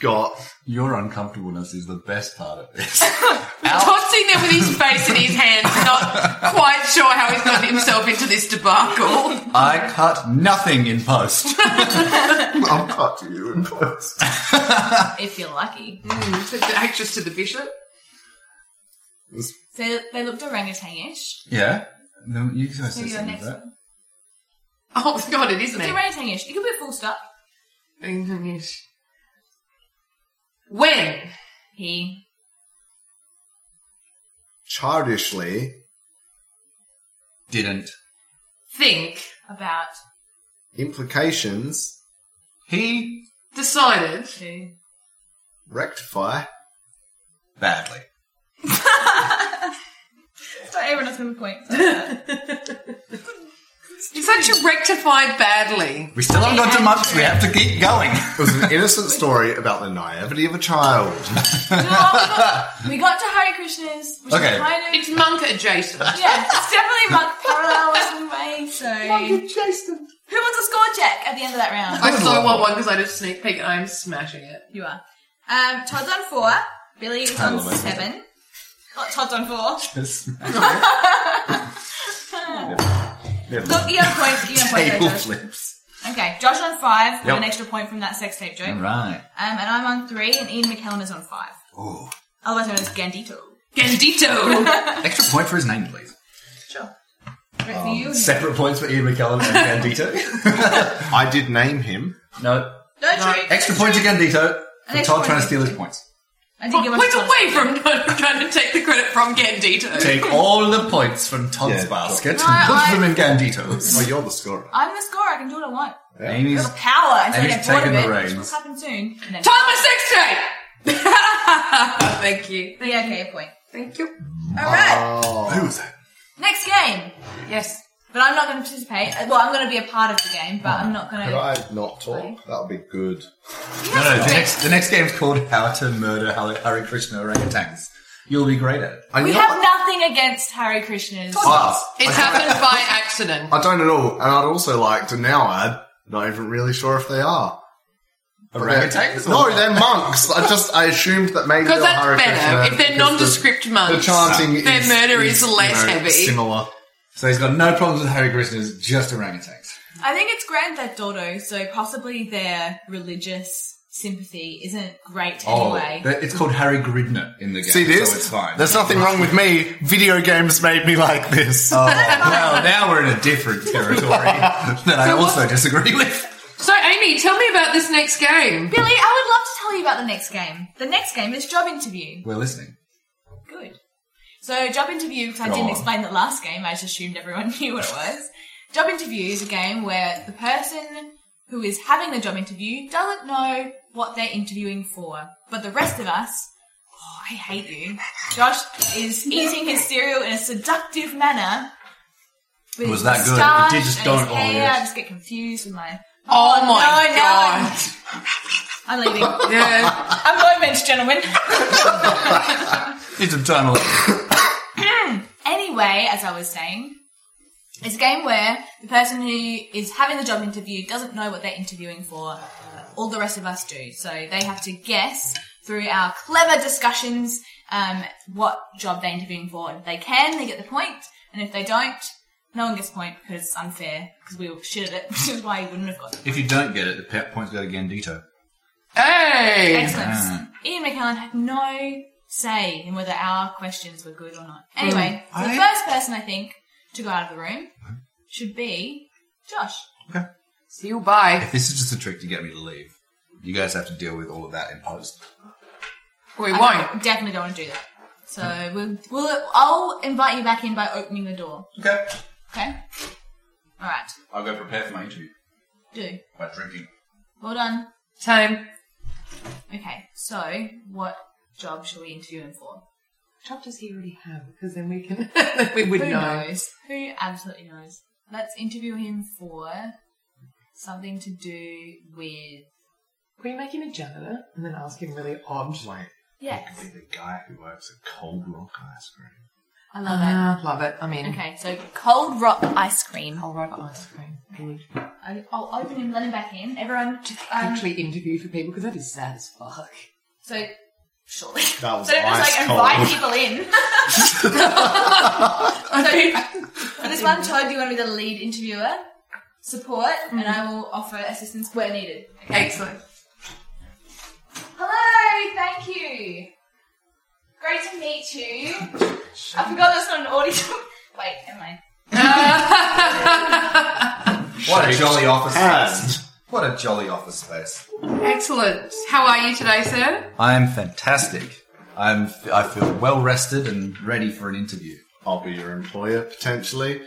S4: Got
S2: Your uncomfortableness is the best part of this.
S3: Todd's sitting there with his face in his hands, <laughs> not quite sure how he's gotten himself into this <laughs> debacle.
S2: I cut nothing in post.
S4: I'll cut you in post.
S1: If you're lucky.
S3: Took Mm, the actress to the bishop.
S1: So they looked orangutan-ish.
S2: yeah. No, you guys
S1: So
S2: said
S1: your
S2: something
S1: next
S2: like that.
S1: one.
S3: Oh god, it is
S1: It's
S3: me.
S1: orangutan-ish. It could be a full stop.
S3: When
S1: He
S4: Childishly
S2: Didn't.
S3: think
S1: about
S4: implications
S2: He
S3: decided
S1: to
S4: rectify
S2: badly.
S1: Sorry, everyone else move a <laughs> point.
S3: it's such a rectified badly.
S2: We still haven't got to months. We have to keep going.
S4: It was an innocent story about the naivety of a child.
S1: You know what? we, got, we got to Hare Krishna's, which
S2: Okay.
S1: is kind of
S3: It's monk adjacent.
S1: yeah, it's definitely monk parallel in some way. So
S4: Jason.
S1: who wants a score check at the end of that round?
S3: I still want one because I did a sneak peek and I'm smashing it.
S1: You are. Um, Todd's on four. Billy is on
S2: love it.
S1: seven. Oh, Todd's on four. Look, you got a point. You
S2: <laughs>
S1: got a point,
S4: Table
S1: there, Josh.
S4: flips.
S1: Okay, Josh on five. Got
S2: Yep.
S1: an extra point from that sex tape joke. Um,
S2: right.
S1: and I'm on three, and Ian McKellen is on five.
S2: Ooh.
S1: Otherwise known as Gandito.
S3: <laughs> Gandito!
S2: Extra point for his name, please.
S1: Sure. Great
S2: Um,
S1: for you.
S2: Separate points for Ian McKellen and Gandito.
S4: I did name him.
S2: no.
S1: No, true.
S2: Extra point to
S1: An
S2: Gandito for
S1: extra
S2: Todd
S1: point.
S2: trying to steal his points.
S1: I did give us
S3: Went
S1: Todd.
S3: away from trying to take the credit from Gandito.
S2: Take all the points from Todd's
S4: Yeah.
S2: basket
S1: No,
S2: and put
S1: I-
S2: them in
S1: <laughs>
S2: Gandito's.
S4: Well, Oh, you're the scorer.
S1: I'm the scorer. I can do what I want.
S2: Amy's
S1: Got the power instead
S2: And he's
S1: of bored of
S2: taken
S1: it.
S2: the
S1: Which will
S2: reins.
S1: happen soon. And then-
S3: Time my sex tape! <laughs> Thank you.
S1: yeah, okay, E a point.
S3: Thank you.
S1: All right.
S2: Uh,
S4: Oh,
S2: Who was that?
S1: Next game.
S3: Yes.
S1: But I'm not going to participate. Uh, Well, I'm going to be a part of the game, but I'm not going
S4: could
S1: to.
S4: I not talk? That would be good.
S2: No, no. The next, the next game's called How to Murder Hare Hare Krishna Orangutans. You'll be great at it.
S4: I
S1: We
S4: know-
S1: have nothing against Harry Krishnas.
S4: Ah,
S3: It happened by accident.
S4: I don't at all. And I'd also like to now add, not even really sure if they are.
S2: Orangutans?
S4: No, they're monks. I just I assumed that maybe
S3: Because
S4: they were
S3: that's
S4: Hare Krishna
S3: better. If they're
S4: because the-
S3: nondescript
S4: The
S3: monks,
S4: chanting
S3: their
S4: is,
S3: murder is,
S4: you
S3: less
S4: know,
S3: heavy.
S4: Similar.
S2: So he's got no problems with Hare Krishnas, just orangutans.
S1: I think it's Grand Theft Auto, so possibly their religious sympathy isn't great
S2: Oh,
S1: anyway.
S2: that- it's called Harry Gridner in the game,
S4: See this?
S2: so it's fine.
S4: There's nothing wrong with me. Video games made me like this.
S2: Oh,
S4: <laughs>
S2: well, now we're in a different territory
S1: <laughs>
S2: that I also disagree with.
S3: So, Amy, tell me about this next game.
S1: Billy, I would love to tell you about the next game. The next game is Job Interview.
S2: We're listening.
S1: Good. So, Job Interview, because I
S2: Go
S1: didn't
S2: on.
S1: explain the last game, I just assumed everyone <laughs> knew what it was. Job Interview is a game where the person who is having the job interview doesn't know what they're interviewing for, but the rest of us Oh, I hate you. Josh is eating his cereal in a seductive manner. With
S2: Was
S1: his
S2: that good? It
S1: moustache
S2: did just
S1: and
S2: don't-
S1: his
S2: oh,
S1: hair.
S2: yes.
S1: I just get confused with my.
S3: Oh,
S1: no,
S3: my
S1: no.
S4: <laughs>
S3: god.
S1: I'm leaving.
S3: Yeah.
S1: I'm moments, gentlemen.
S2: Need some time off.
S1: anyway, as I was saying, it's a game where the person who is having the job interview doesn't know what they're interviewing for. All the rest of us do. So they have to guess through our clever discussions um, what job they're interviewing for. If they can, they get the point, and if they don't, no one gets a point because it's unfair because we all shit at it, <laughs> which is why you wouldn't have got it.
S2: If you don't get it, the pe- points go to Gandito.
S3: Hey.
S1: Excellent. Mm. Ian McKellen Helen had no say in whether our questions were good or not. Anyway, so the
S2: I-
S1: first person I think to go out of the room should be Josh.
S3: See you, bye.
S2: If this is just a trick to get me to leave, you guys have to deal with all of that in post.
S3: We
S1: I
S3: won't.
S1: don't- definitely don't want to do that. So we'll, we'll I'll invite you back in by opening the door.
S2: Okay.
S1: Okay. All right.
S2: I'll go prepare for my interview
S1: Do.
S2: by drinking.
S1: Well done.
S3: Same.
S1: Okay. So what job shall we interview him for?
S3: What does he already have? Because <laughs> then we can. we would
S1: Who
S3: know.
S1: knows? Who absolutely knows? Let's interview him for something to do with
S3: Can we make him a janitor and then ask him really odd?
S4: Wait,
S1: yes.
S4: the guy who works at Cold Rock Ice Cream.
S1: I love that.
S3: Ah, love it. I mean,
S1: Okay, so cold rock ice cream.
S3: I'll write ice cream. Um, Good.
S1: I- I'll open him, let him back in. Everyone, um,
S3: Actually, interview for people because that is sad as fuck.
S1: so surely.
S4: That was
S1: <laughs> So don't
S4: ice
S1: just like invite people
S4: cold. <laughs>
S1: in.
S3: I mean,
S1: For this one, Todd, you want to be the lead interviewer, support, and I will offer assistance where needed.
S3: excellent.
S1: Hello, thank you. Great to meet you. I forgot that's not an audio. <laughs> Wait, am I?
S2: What a jolly office
S4: Hands.
S2: space. What a jolly office space.
S3: excellent. How are you today, sir?
S2: I am fantastic. I'm, I feel well rested and ready for an interview.
S4: I'll be your employer potentially.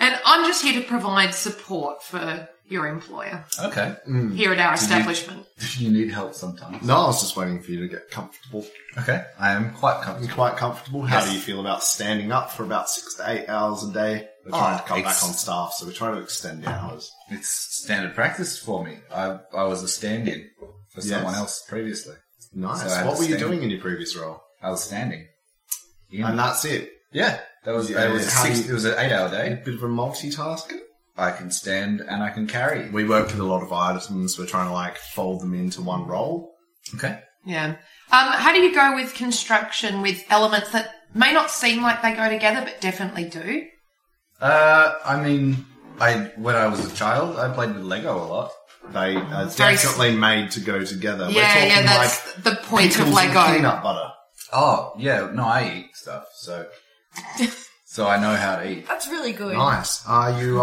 S3: And I'm just here to provide support for your employer
S2: Okay.
S3: here at our
S2: you-
S3: establishment.
S2: you need help sometimes.
S4: No, I was just waiting for you to get comfortable.
S2: Okay. I am quite
S4: You're
S2: comfortable.
S4: quite comfortable. How
S2: Yes.
S4: do you feel about standing up for about six to eight hours a day? We're
S2: Oh,
S4: trying to cut
S2: it's-
S4: back on staff, so we're trying to extend the hours.
S2: It's standard practice for me. I, I was a stand-in for
S4: Yes.
S2: someone else previously.
S4: Nice.
S2: So I
S4: what were you
S2: understand.
S4: doing in your previous role?
S2: I was standing. In.
S4: And that's it.
S2: yeah, that was
S4: Yeah,
S2: it was a
S4: how
S2: six,
S4: you-
S2: it was an eight-hour
S4: A
S2: day.
S4: bit of a multitasker.
S2: I can stand and I can carry.
S4: We work with a lot of items. We're trying to like fold them into one role.
S2: Okay.
S3: Yeah. Um, how do you go with construction with elements that may not seem like they go together, but definitely do?
S2: Uh, I mean, I when I was a child, I played with Lego a lot.
S4: They are
S3: Very s-
S4: definitely made to go together. We're
S3: yeah,
S4: talking
S3: yeah,
S4: like
S3: that's the point of
S4: pickles and
S3: Lego.
S4: peanut butter.
S2: Oh yeah, no, I eat stuff, so so I know how to eat.
S1: That's really good.
S4: Nice. Are you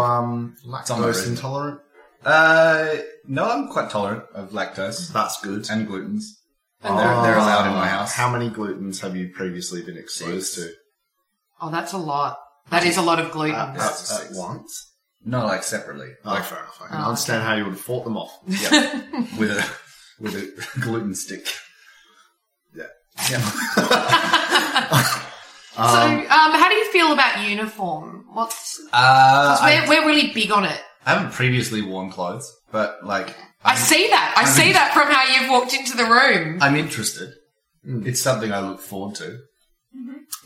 S2: on
S4: um
S2: the
S4: lactose
S2: resume.
S4: intolerant?
S2: Uh, no, I'm quite tolerant of lactose
S4: That's good.
S2: and gluten's.
S3: And
S2: they're, they're allowed in
S4: Ah,
S2: my house.
S4: How many glutens have you previously been exposed
S2: Six.
S4: to?
S3: Oh, that's a lot. That is a lot of gluten. <laughs>
S4: At,
S2: That's
S4: at- at
S2: six.
S4: once?
S2: No, like separately,
S4: Oh,
S2: like
S4: fair enough. I
S3: Oh,
S4: can
S3: okay.
S4: understand how you would have fought them off.
S2: yeah, with a with a <laughs> gluten stick.
S4: Yeah.
S2: Yeah.
S3: so,
S4: Um,
S3: um, how do you feel about uniform? What's 'cause
S2: Uh, I,
S3: we're, we're really big on it.
S2: I haven't previously worn clothes, but like
S3: I
S2: I'm,
S3: see that. I
S2: I'm
S3: see
S2: in-
S3: that from how you've walked into the
S4: Uh,
S3: room.
S2: I'm interested.
S1: Hmm.
S4: Mm.
S2: It's something I look forward to.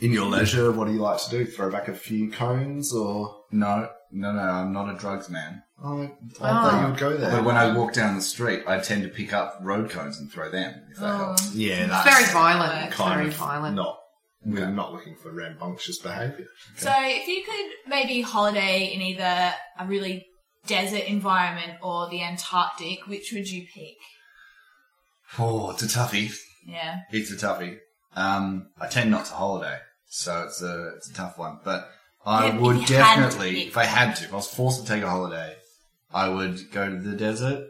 S4: in your leisure, what do you like to do? Throw back a few cones or.
S2: No, no, no, I'm not a drugs man.
S4: Oh, I thought you would go there.
S2: But when I walk down the street, I tend to pick up road cones and throw them. If that
S1: Oh.
S2: helps.
S4: yeah,
S3: It's
S4: that's
S3: very violent. It's
S4: kind
S3: very
S4: of
S3: violent.
S4: Not, we're
S2: Yeah.
S4: not looking for rambunctious behaviour.
S1: So if you could maybe holiday in either a really desert environment or the Antarctic, which would you pick?
S2: Oh, it's a toughie.
S1: Yeah.
S2: It's a toughie. Um, I tend not to holiday, so it's a it's a tough one. But I
S1: Yeah, if
S2: would
S1: you had to
S2: definitely,
S1: pick.
S2: if I had to, if I was forced to take a holiday, I would go to the desert,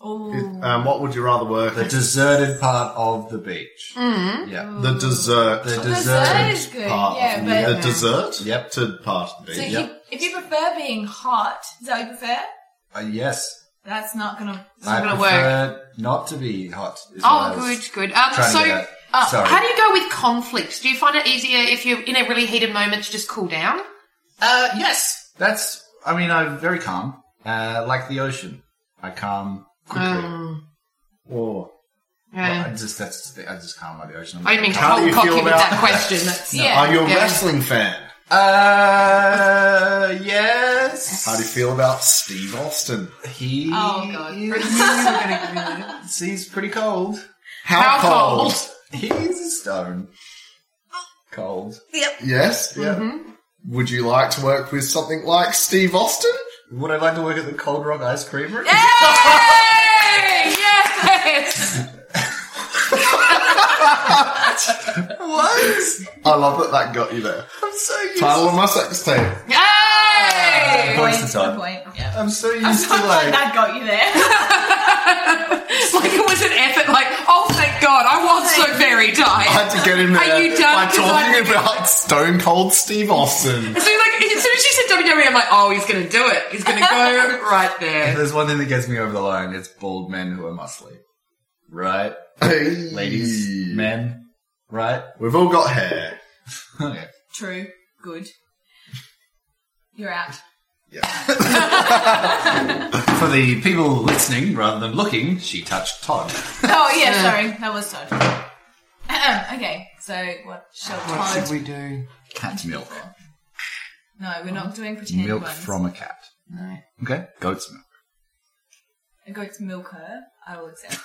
S1: Oh.
S4: Um, what would you rather work
S2: the deserted part of the beach.
S3: Mm-hmm.
S1: Mm-hmm.
S2: Yeah,
S4: The dessert.
S2: the
S1: Mm. Dessert
S2: deserted.
S1: is good.
S4: part
S1: Yeah,
S4: of
S1: but
S4: the, the dessert?
S2: Yep.
S4: To part of the
S1: so
S4: beach.
S1: you, if you prefer being hot, is that what you prefer?
S2: Uh, yes,
S1: That's not gonna.
S2: I
S3: gonna
S2: prefer not to be hot. is what I
S3: Oh,
S2: was
S3: good, good.
S2: trying
S3: Um,
S2: to
S3: so,
S2: get at.
S3: uh,
S2: Sorry.
S3: how do you go with conflicts? Do you find it easier if you're in a really heated moment to just cool down?
S2: Uh, yes. That's. I mean, I'm very calm. Uh, like the ocean, I calm quickly.
S3: Um,
S4: Or
S3: yeah.
S2: I just that's just the- I just calm like the ocean.
S3: I didn't mean to
S4: How do
S3: cold
S4: you
S3: cock you
S4: feel
S3: with
S4: about-
S3: that
S4: <laughs>
S3: question. That's,
S1: Yeah.
S4: are you a
S3: Yeah.
S4: wrestling fan?
S2: Uh, yes.
S4: How do you feel about Steve Austin?
S2: He.
S1: Oh, God.
S2: He's pretty cold.
S4: How,
S3: How cold?
S2: He's a stone. Cold.
S4: Yes. Yeah. Would you like to work with something like Steve Austin?
S2: Would I like to work at the Cold Rock Ice Creamery?
S1: Yay! yes.
S4: <laughs> I love that that got you there.
S3: I'm so used.
S4: Title of my sex tape.
S1: Yay!
S2: Points
S1: Point,
S2: aside.
S1: point, <laughs> yeah.
S4: I'm so used
S1: I'm so
S4: to
S1: glad
S4: like.
S1: that got you there. <laughs>
S3: like it was an effort. Like, oh, thank God, I was so very
S4: I
S3: tired.
S4: had to get in there
S3: Are you done?
S4: by
S3: 'Cause I-
S4: talking about Stone Cold Steve <laughs> Austin.
S3: So like, as soon as she said WWE, I'm like, oh, he's gonna do it. He's gonna <laughs> go right there.
S2: There's one thing that gets me over the line. It's bald men who are muscly, right? Ladies, men, right? <laughs>
S4: We've all got hair.
S2: Okay.
S1: True. Good. You're out.
S4: <laughs>
S2: For the people listening rather than looking, she touched Todd.
S1: Oh <laughs> yeah, sorry, that was Todd. <clears throat> okay, so what shall Todd?
S4: we do?
S2: Cat's milk,
S1: No, we're not doing pretend
S2: milk
S1: ones.
S2: from a cat.
S3: No.
S2: Okay, goat's milk.
S1: a goat's milker. I will accept.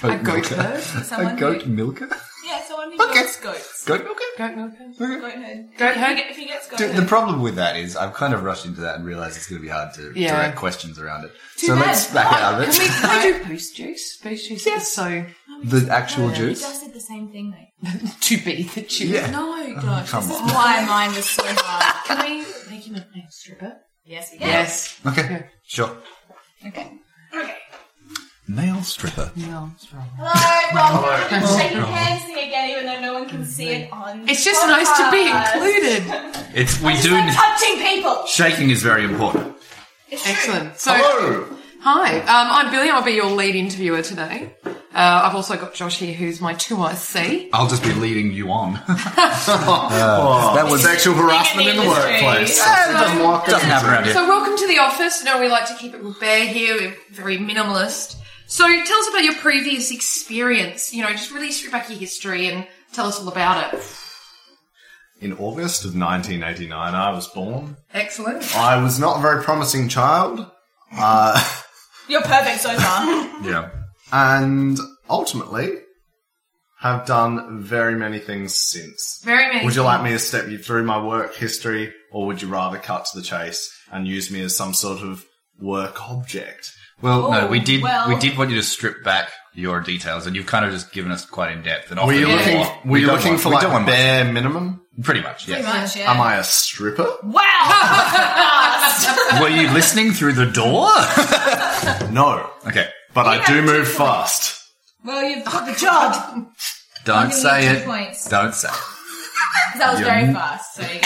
S2: Goat
S3: A goat
S2: milker.
S3: herd?
S1: Someone
S2: <laughs> a goat
S1: who,
S2: milker.
S1: <laughs> yeah, someone who
S2: Okay.
S1: gets goats.
S2: Goat milker.
S3: Goat milkers.
S1: Goat herd.
S3: Goat
S1: If he
S3: herd?
S1: get- If he gets goat
S2: Dude, the
S1: herd.
S2: problem with that is I've kind of rushed into that and realised it's going to be hard to
S3: Yeah.
S2: direct questions around it.
S1: Too
S2: so
S1: bad.
S2: let's back out of
S3: Can we,
S2: it.
S3: can we do boost juice? Boost juice is so
S2: The actual
S1: You
S2: juice.
S1: Oh, just did the same thing though.
S3: to be the
S2: <laughs>
S3: juice.
S2: Yeah. Oh,
S1: No, gosh,
S2: come
S1: this is
S2: on.
S1: <laughs> why mine was so hard.
S3: Can we make him a nail stripper?
S1: Yes, we can.
S3: Yes.
S2: Okay, sure.
S1: Okay. Okay.
S2: Nail stripper.
S3: No, it's wrong.
S1: Hello, welcome. Hello. Shaking hands here again, even though no one can see it on.
S3: It's just nice to be
S1: podcast.
S3: included.
S2: It's we
S1: It's
S2: do.
S1: like touching people.
S2: Shaking is very important.
S1: It's true.
S3: Excellent. So,
S4: Hello!
S3: hi, um, I'm Billy. I'll be your lead interviewer today. Uh, I've also got Josh here, who's my 2IC.
S2: I'll just be leading
S1: <laughs>
S2: you on. <laughs>
S4: Oh,
S2: that was-
S4: sexual harassment in the
S1: Industry. Ah,
S4: workplace.
S2: Yeah,
S4: Doesn't walk
S2: Doesn't
S4: into
S2: happen around
S4: it.
S2: here.
S3: So, welcome to the office. No, we like to keep it real bare here. We're very minimalist. So, tell us about your previous experience. You know, just really strip back your history and tell us all about it.
S4: In August of 1989, I was born.
S3: Excellent.
S4: I was not a very promising child. Uh, <laughs>
S1: You're perfect so
S2: <laughs>
S1: far.
S2: Yeah.
S4: and ultimately, have done very many things since.
S3: Very many.
S4: Would you like me to step you through my work history, or would you rather cut to the chase and use me as some sort of work object?
S2: Well, no, we
S1: Oh,
S2: did.
S1: well-
S2: We did want you to strip back your details, and you've kind of just given us quite in depth. And
S4: Were
S2: offered
S4: you
S2: a
S4: looking?
S2: lot.
S4: Were
S2: We
S4: you
S2: don't
S4: looking
S2: want-
S4: for
S2: we don't
S4: like
S2: want
S4: bare minimum?
S2: much. pretty much?
S1: Pretty
S2: Yes.
S1: much, yeah.
S4: Am I a stripper?
S1: Wow!
S2: Were you listening through the
S1: <laughs>
S2: door?
S4: No,
S2: okay.
S4: but
S1: You
S4: I do
S1: have
S4: move
S1: two points.
S4: fast.
S1: <laughs> well, you've got the job. I'm
S2: Don't
S1: gonna
S2: say
S1: give you
S2: it.
S1: two points.
S2: Don't say. it.
S1: 'Cause that was very fast. So you-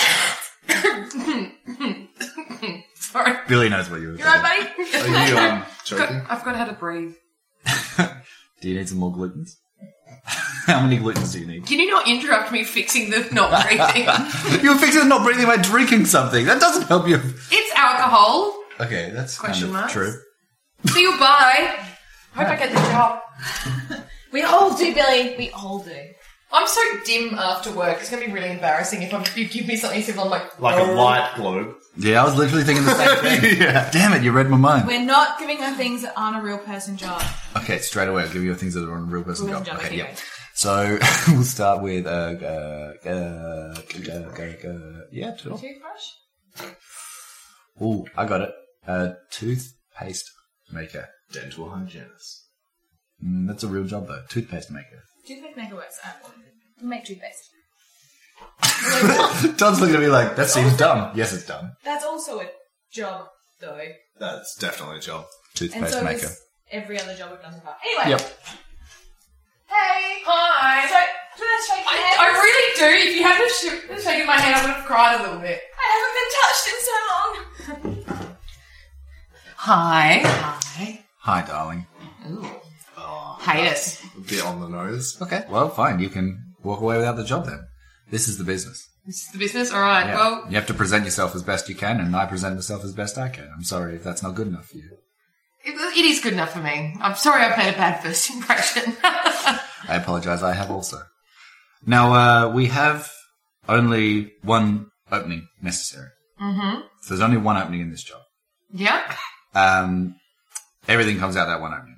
S3: Sorry. <laughs>
S2: Billy knows what you were.
S1: you're right, buddy.
S4: Are you um, joking?
S3: Got- I forgot how to breathe.
S2: Do you need some more glutens? <laughs> How many glutens do you need?
S3: Can you not interrupt me fixing the not
S4: <laughs>
S3: breathing?
S2: You're fixing not breathing by drinking something. That doesn't help you.
S3: it's alcohol.
S2: Okay, that's
S3: Question
S2: kind of
S3: marks?
S2: true.
S3: See you bye. Hope I get the job.
S1: We all do, Billy. We all do.
S3: I'm so dim after work. It's gonna be really embarrassing if I'm, you give me something simple. I'm like,
S4: Like a
S3: "Oh."
S4: light globe.
S2: Yeah, I was literally thinking the same thing.
S4: yeah.
S2: Damn it, you read my mind.
S1: We're not giving her things that aren't a real person job.
S2: Okay, straight away, I'll give you the things that are on real person
S1: Real
S2: job.
S1: job,
S2: Okay,
S1: okay,
S2: yeah.
S1: great.
S2: So <laughs> we'll start with uh, uh, uh, uh, uh, uh, yeah, sure.
S1: Toothbrush?
S2: Ooh, I got it. Uh, toothpaste maker.
S4: Dental hygienist.
S2: Mm, that's a real job though. Toothpaste maker. <laughs>
S1: Toothpaste maker works. Uh, make toothpaste.
S2: Don's looking at me like that seems dumb. Yes, it's dumb.
S1: That's also a job, though.
S4: That's definitely a job.
S1: And
S2: Toothpaste
S1: so
S2: maker.
S1: is every other job we've done so far. Anyway.
S2: Yep.
S1: Hey!
S3: Hi.
S1: So, do that shake
S3: I,
S1: hands?
S3: I really do. If you hadn't sh- shaken my hand, I would have cried a little bit.
S1: I haven't been touched in so long.
S3: Hi. Hi.
S2: Hi, darling.
S3: Ooh.
S4: Oh,
S3: Hate it.
S4: a bit on the nose.
S2: Okay. Well, fine. You can walk away without the job then. This is the business.
S3: This is the business. All right.
S2: Yeah.
S3: Well,
S2: you have to present yourself as best you can, and I present myself as best I can. I'm sorry if that's not good enough for you.
S3: it, it is good enough for me. I'm sorry I made a bad first <laughs> impression.
S2: I apologize. I have also. Now uh, we have only one opening necessary.
S3: mm-hmm.
S2: So there's only one opening in this job.
S3: Yeah.
S2: Um, everything comes out that one opening.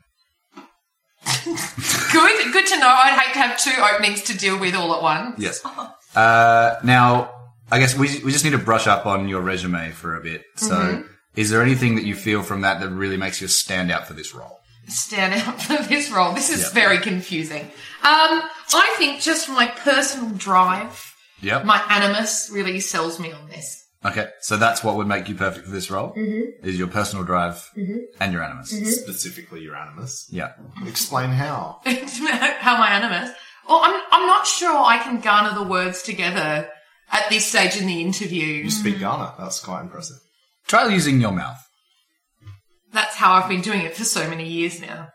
S3: Good. Good to know. I'd hate to have two openings to deal with all at once.
S2: Yes. Uh, now I guess we we just need to brush up on your resume for a bit. So is there anything that you feel from that that really makes you stand out for this role?
S3: stand out <laughs> for this role. This is
S2: Yeah.
S3: very confusing. Um, I think just my personal drive
S2: Yep.
S3: My animus really sells me on this. <laughs>
S2: Okay, so that's what would make you perfect for this role
S1: Mm-hmm.
S2: is your personal drive and your animus.
S4: Specifically, your animus.
S2: Yeah.
S4: Explain how.
S3: how my animus. Well, I'm I'm not sure I can garner the words together at this stage in the interview.
S4: You speak Ghana. That's quite impressive.
S2: Try using your mouth.
S3: That's how I've been doing it for so many years now.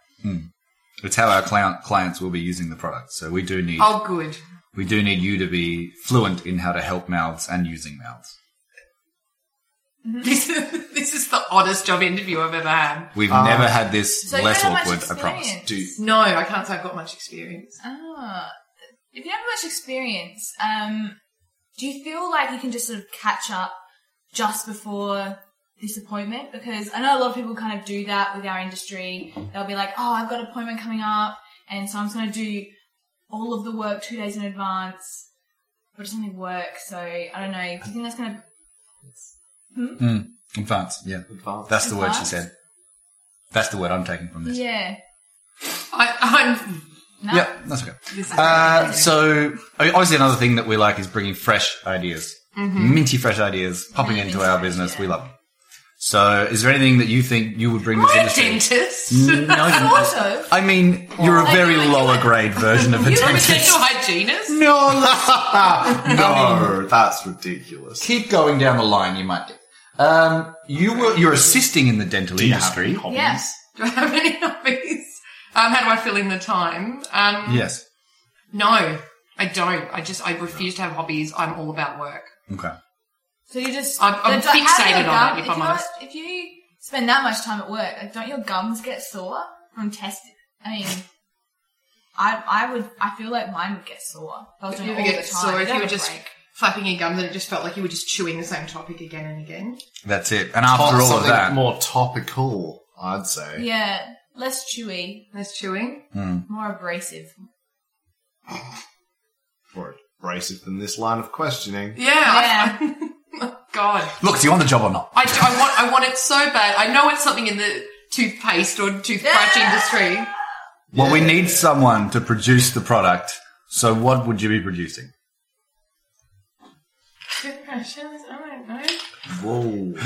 S2: It's how our client clients will be using the product. So we do need
S3: Oh, good. <laughs>
S2: we do need you to be fluent in how to help mouths and using mouths.
S3: This is, this is the oddest job interview I've ever had.
S2: We've
S4: Ah.
S2: never had this
S1: So you
S2: less
S1: don't have
S2: awkward.
S1: much
S2: I promise.
S1: experience.
S4: Do you-
S3: No, I can't say I've got much experience.
S1: Ah, if you don't have much experience, um, do you feel like you can just sort of catch up just before this appointment? Because I know a lot of people kind of do that with our industry. They'll be like, "Oh, I've got an appointment coming up, and so I'm just going to do all of the work two days in advance." But it's only work, so I don't know. Do you think that's going to?
S2: Mm. Advanced. Yeah.
S4: Advanced.
S2: That's the word she
S1: Advanced?
S2: said. That's the word I'm taking from this. Yeah.
S1: Yeah.
S3: I, I'm
S1: No.
S2: that's okay.
S3: this is <laughs>
S2: Uh, so I mean, obviously another thing that we like is bringing fresh ideas, minty fresh ideas popping
S1: Really
S2: into our
S1: fresh,
S2: business.
S1: Mm-hmm. yeah.
S2: We love. Them. So, is there anything that you think you would bring to this
S3: I'm a
S2: industry?
S3: dentist.
S2: No,
S1: <laughs>
S2: I
S1: Sort of.
S2: didn't. I mean, you're a
S1: I
S2: very
S1: do, I do.
S2: lower grade version
S1: <laughs>
S2: of a
S3: I'm a
S2: dentist.
S3: dental hygienist.
S2: No,
S4: <laughs> No, that's ridiculous.
S2: keep going down the line. You might. Do. Um, you were you're assisting in the dental industry.
S4: Hobbies.
S1: Yeah.
S3: Do I <laughs> have any hobbies? Um, how do I fill in the time?
S1: Mm-hmm.
S3: Um,
S2: Yes.
S3: No, I don't. I just I refuse to have hobbies. I'm all about work.
S2: Okay.
S1: So you just
S3: I'm- I'm
S1: don't- don't- how do
S3: fixated
S1: your
S3: on it,
S1: gum-
S3: if I'm
S1: you
S3: honest.
S1: are- If you spend that much time at work, like, don't your gums get sore from testing? I mean, I I would I feel like mine would get sore. If I was
S3: If
S1: doing
S3: you
S1: it
S3: ever
S1: all
S3: get
S1: the time.
S3: sore,
S1: Don't
S3: if you were
S1: have a
S3: just
S1: break.
S3: flapping your gum, then it just felt like you were just chewing the same topic again and again.
S2: That's it. And after all of
S4: Something
S2: that,
S4: more topical, I'd say.
S1: yeah, less chewy,
S3: That's chewing.
S1: more abrasive.
S4: More abrasive than this line of questioning.
S3: <laughs> Yeah. I- oh
S1: Yeah.
S3: God.
S2: look, do you want the job or not?
S3: I, do- I want I want it so bad. I know it's something in the toothpaste or toothbrush industry.
S2: Well, we need someone to produce the product. So, what would you be <laughs> producing?
S3: Toothbrushes? I don't know.
S4: Whoa.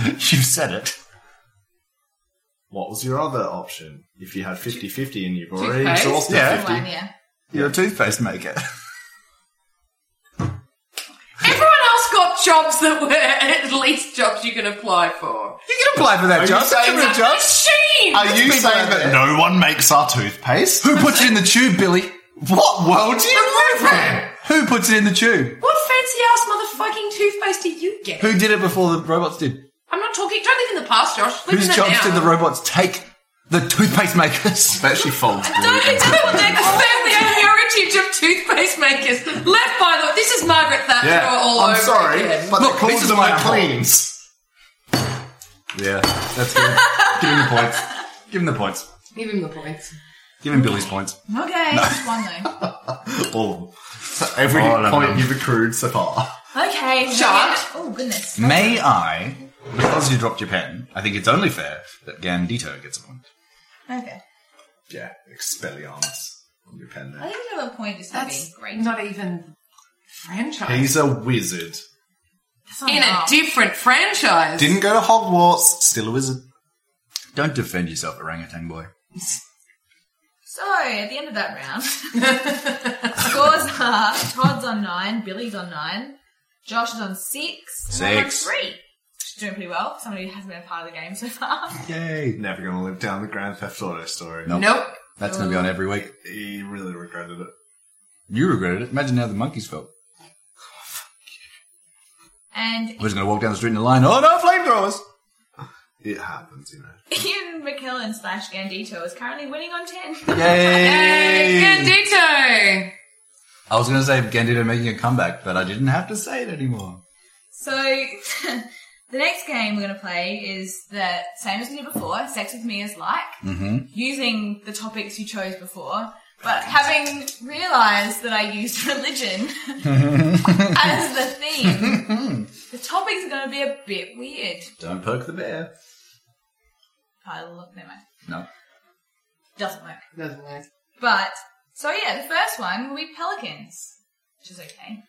S2: You've said it.
S4: What was your other option? If you had 50 50 and you've already
S3: Toothpaste?
S4: exhausted
S2: Yeah.
S4: 50.
S1: One, yeah.
S2: You're a toothpaste maker. <laughs>
S3: Everyone else got jobs that were <laughs> at least jobs you can apply for.
S2: You can apply for that
S4: Are
S2: job.
S4: you saying
S2: Give it a job.
S3: Machine.
S4: Are you
S2: been
S4: saying
S2: there.
S4: that no one makes our toothpaste?
S2: Who puts it in the tube, Billy?
S4: What world do you live in?
S2: Who puts it in the tube?
S3: What fancy ass motherfucking toothpaste did you get?
S2: Who did it before the robots did?
S3: I'm not talking. Don't live in the past, Josh. Live in
S2: Whose
S3: the
S2: jobs
S3: now.
S2: did the robots take? The toothpaste makers.
S4: That she folds
S3: Don't
S4: blue.
S3: they tell what they're called? the heritage of toothpaste makers left by the. This is Margaret Thatcher
S4: Yeah.
S3: all
S4: I'm
S3: over
S4: sorry,
S3: again.
S4: but
S2: Look,
S4: they called
S2: this is
S4: them
S2: my
S4: my
S2: fault.
S4: cleans.
S2: Yeah, that's good. Give him the points. Give him the points.
S3: Give him the points.
S2: Give him Billy's points.
S1: Okay, just one
S3: <laughs>
S1: though.
S4: All. So every
S2: All of
S4: point
S2: them.
S4: you've accrued so far. <laughs>
S1: Okay.
S3: Shut up.
S1: Oh goodness.
S2: May I, because you dropped your pen, I think it's only fair that Gandito gets a point.
S1: Okay.
S4: Yeah, Expelliarmus on your pen
S1: I
S4: there.
S1: think another point is not being
S3: That's
S1: great.
S3: not even franchise.
S4: He's a wizard.
S1: That's not
S3: in a
S1: enough.
S3: different franchise.
S4: Didn't go to Hogwarts, still a wizard.
S2: Don't defend yourself, orangutan boy.
S1: So at the end of that round, <laughs> scores are Todd's on nine, Billy's on nine, Josh is on six, and I'm on
S2: Six.
S1: three. Which is doing pretty well. for Somebody who hasn't been a part of the game so far. <laughs>
S2: Yay.
S4: Never gonna live down the Grand Theft Auto story.
S2: No.
S3: Nope.
S2: That's going to be on every week.
S4: He really regretted it.
S2: You regretted it. Imagine how the monkeys felt.
S1: And
S2: We're just going to walk down the street in a line. Oh no, flamethrowers!
S4: It happens, you know.
S1: Ian McKellen slash Gandito is currently winning on ten.
S3: Hey,
S2: Yay!
S3: Gandito.
S2: I was going to say Gandito making a comeback, but I didn't have to say it anymore.
S1: So <laughs> the next game we're going to play is the same as we did before. Sex with me is like using the topics you chose before, but having realised that I used <laughs> religion as the theme, the topics are going to be a bit weird.
S2: Don't poke the bear.
S1: I love them.
S2: No.
S1: Doesn't work.
S3: Doesn't work.
S1: But so yeah, the first one will be pelicans, which is okay.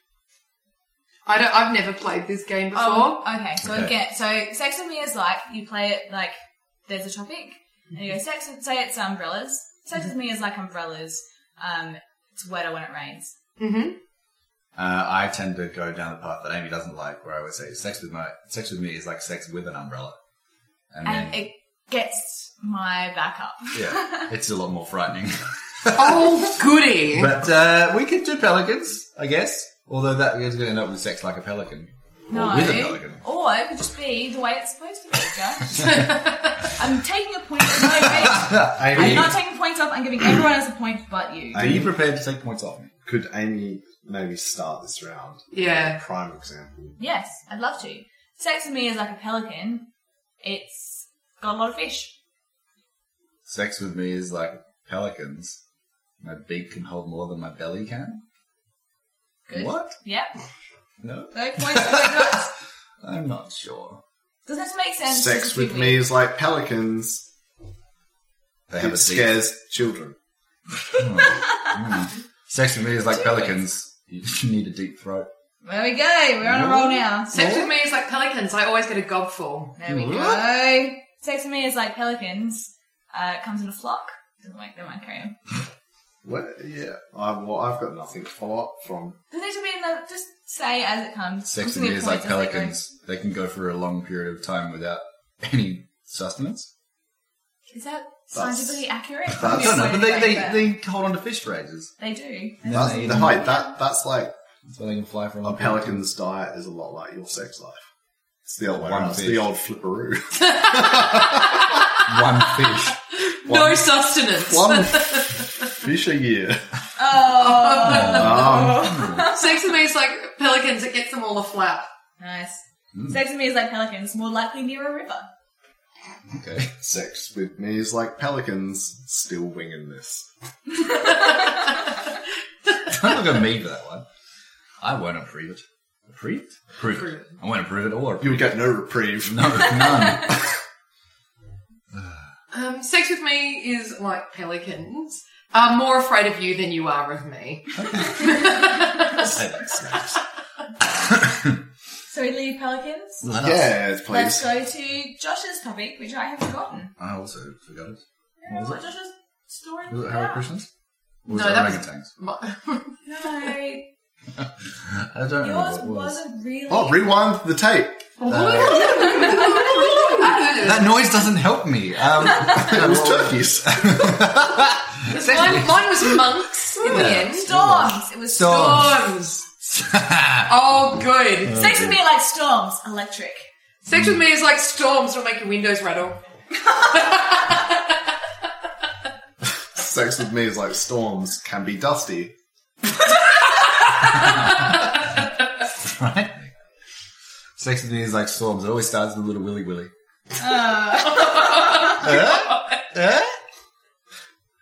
S3: I don't. I've never played this game before.
S1: Oh, okay. So
S2: Okay.
S1: again, so sex with me is like you play it like there's a topic, and you go
S2: Mm-hmm.
S1: sex. with Say it's umbrellas. Sex with me is like umbrellas. Um, it's wetter when it rains.
S3: hmm
S2: Uh, I tend to go down the path that Amy doesn't like, where I always say sex with my sex with me is like sex with an umbrella, and then
S1: And it gets my back up. <laughs>
S2: yeah, it's a lot more frightening.
S3: Oh, goody.
S2: But uh, we could do pelicans, I guess. Although that is going to end up with sex like a pelican.
S1: No.
S2: Or with a pelican.
S1: Or it could just be the way it's supposed to be,
S2: <laughs>
S1: Joe.
S3: <laughs>
S1: I'm taking a point. No, wait. I'm
S4: Uh, Amy,
S1: not taking points off. I'm
S2: <clears throat>
S1: giving everyone else a point but you.
S2: Are you prepared to take points off me?
S4: could Amy maybe start this round?
S3: Yeah.
S4: Prime example.
S1: Yes, I'd love to. Sex with me is like a pelican. It's got a lot of fish.
S2: Sex with me is like pelicans. My beak can hold more than my belly can.
S1: Good.
S2: What?
S1: Yep.
S2: No,
S1: No points for that.
S2: I'm not sure.
S1: Does this make sense?
S4: Sex with
S1: Stupid.
S4: me is like pelicans.
S2: They have
S4: It
S2: a beak. <laughs>
S4: scares children.
S2: Hmm. Sex with me is like pelicans. You <laughs> need a deep throat.
S1: There we go. We're on a roll now.
S3: Sex with me is like pelicans. I always get a gobful.
S1: There we go. Sex with me is like pelicans. Uh, it comes in a flock. Doesn't work. Don't mind carry on.
S4: What? Yeah. I, well, I've got nothing to follow up from.
S1: Does it be in the, just say as it comes. I'm
S2: Sex
S1: just
S2: with me
S1: gonna
S2: is like
S1: point as I go.
S2: pelicans. They can go for a long period of time without <laughs> any sustenance.
S1: Is that scientifically accurate?
S2: I don't know, but they,
S1: But-
S2: they, they hold on to fish phrases.
S1: they do.
S2: And then
S4: That's,
S2: they eat
S4: the
S2: them.
S4: height. That that's like
S2: That's why they can fly for a
S4: a
S2: long period of time.
S4: pelican's diet is a lot like your sex life. It's the old
S2: One
S4: one. It's
S2: fish.
S4: the old flipperoo.
S2: one fish. <laughs>
S3: No sustenance.
S4: <laughs> one fish a year.
S1: Oh,
S2: <laughs>
S3: <laughs>
S4: Um,
S2: Hmm.
S3: Sex with me is like pelicans. It gets them all aflap.
S1: nice.
S2: Mm.
S1: Sex with me is like pelicans, more likely near a river. <laughs>
S2: Okay.
S4: sex with me is like pelicans. Still winging this.
S2: Don't look at me for that one. I won't approve it. Approve it? Approve it. I won't approve it or approve
S4: You'll get no reprieve.
S2: it. No, none.
S3: <laughs>
S2: <laughs>
S3: Um, sex with me is like pelicans. I'm more afraid of you than you are of me.
S2: Say that, snaps.
S1: So we leave pelicans.
S2: Let us-
S4: Yeah,
S1: Let's
S4: please.
S1: go to Josh's topic, which I have forgotten.
S2: I also forgot it.
S1: I don't know
S2: What
S1: what
S2: was it?
S1: Josh's story
S2: Was it Harold
S1: about.
S2: Christians? Or was
S3: No,
S2: it
S3: that was-
S2: orangutans?
S3: <laughs> My-
S1: No,
S2: <laughs> I don't remember
S1: yours
S2: what it was.
S1: wasn't really.
S4: Oh, rewind the tape.
S2: That noise doesn't help me. Um, <laughs>
S4: It was turkeys.
S3: mine, mine was monks in the end.
S1: storms. It was storms.
S2: Storms.
S3: Storms. Oh, good.
S1: Sex with me are like storms, electric.
S3: Sex with me is like storms. It'll make your windows rattle. <laughs>
S4: sex with me is like storms. Can be dusty.
S2: right? Sex with me is like storms. It always starts with a little willy willy.
S1: Uh, <laughs>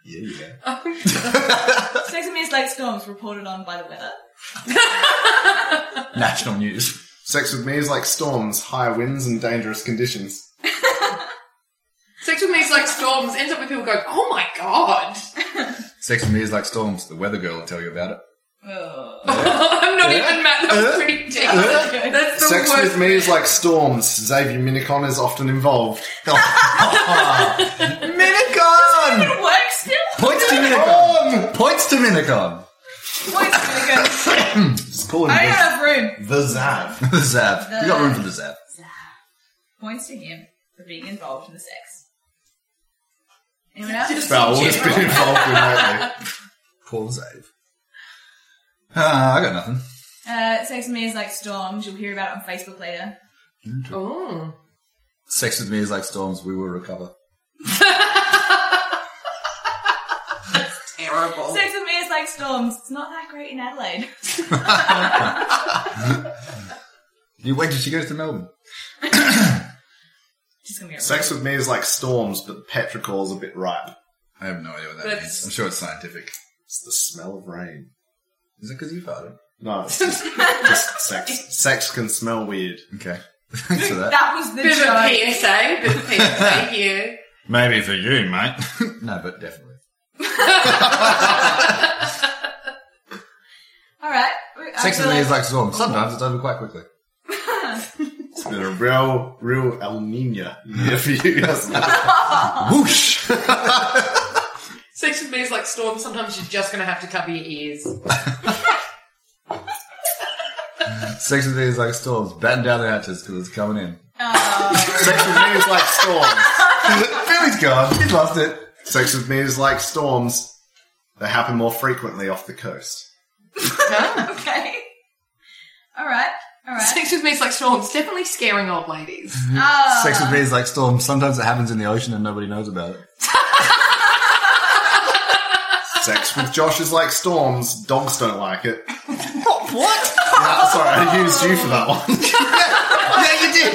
S2: Yeah, yeah.
S1: Sex with me is like storms reported on by the weather.
S2: National news.
S4: Sex with me is like storms, high winds and dangerous conditions.
S3: Sex with me is like storms. Ends up with people going, oh my god. <laughs>
S2: Sex with me is like storms. The weather girl will tell you about it.
S1: <laughs> Oh.
S3: I'm not even mad. That was pretty deep. That's the
S4: <laughs> Uh, Sex
S3: worst.
S4: with me is like storms. Xavier Minicon is often involved.
S2: <laughs> Minicon!
S1: It works still.
S2: Points to Minicon! Points to Minicon!
S1: Points really good.
S4: Just call him
S1: I don't
S4: the,
S1: have room.
S4: the Zav.
S2: <laughs> The Zav. We got room for the Zav.
S1: Points to him for being involved in the sex. Anyone else?
S4: About all he's been involved with lately.
S2: Poor Zav. Ah, I got nothing.
S1: Uh, sex with me is like storms. You'll hear about it on Facebook later.
S3: Oh.
S2: <laughs> Sex with me is like storms. We will recover. Oh.
S3: Terrible.
S1: Sex with me is like storms. It's not that great in <laughs> Adelaide.
S2: You wait till she goes to Melbourne.
S1: Just gonna be a
S4: Sex with me is like storms, but the petrichor's a bit ripe.
S2: I have no idea what that
S3: That's-
S2: means. I'm sure it's scientific.
S4: It's the smell of rain.
S2: Is it because you farted?
S4: No,
S2: <laughs>
S4: it's just, just sex. Sex can smell weird.
S2: Okay. <laughs> Thanks for that.
S1: That was the
S3: Bit of
S1: joke.
S3: a PSA, bit of a
S1: <laughs>
S3: PSA here.
S2: Maybe for you, mate. <laughs> no, but definitely.
S1: All right. we- uh,
S2: Sex with me
S1: like- <laughs>
S2: is like Zorm. Sometimes it's over quite quickly.
S4: It's been a real, real El Nino year for you. hasn't it?
S1: oh, Ah.
S4: Whoosh!
S3: Sex with me is like storm. Sometimes you're just going to have to cover your ears.
S2: <laughs> Sex with me is like storms. Batten down the hatches because it's coming in. <laughs>
S4: Sex with me is like storms.
S2: Billy's gone. He's lost it.
S4: Sex with me is like storms. They happen more frequently off the coast.
S1: okay. All right. All right.
S3: <laughs> Sex with me is like storms. Definitely scaring old ladies.
S1: Ah.
S2: Sex with me is like storms. Sometimes it happens in the ocean and nobody knows about it.
S4: Sex with Josh is like storms. Dogs don't like
S2: <laughs>
S4: it. What? <laughs> Nah, sorry, I used you for that one. <laughs>
S2: yeah, you did.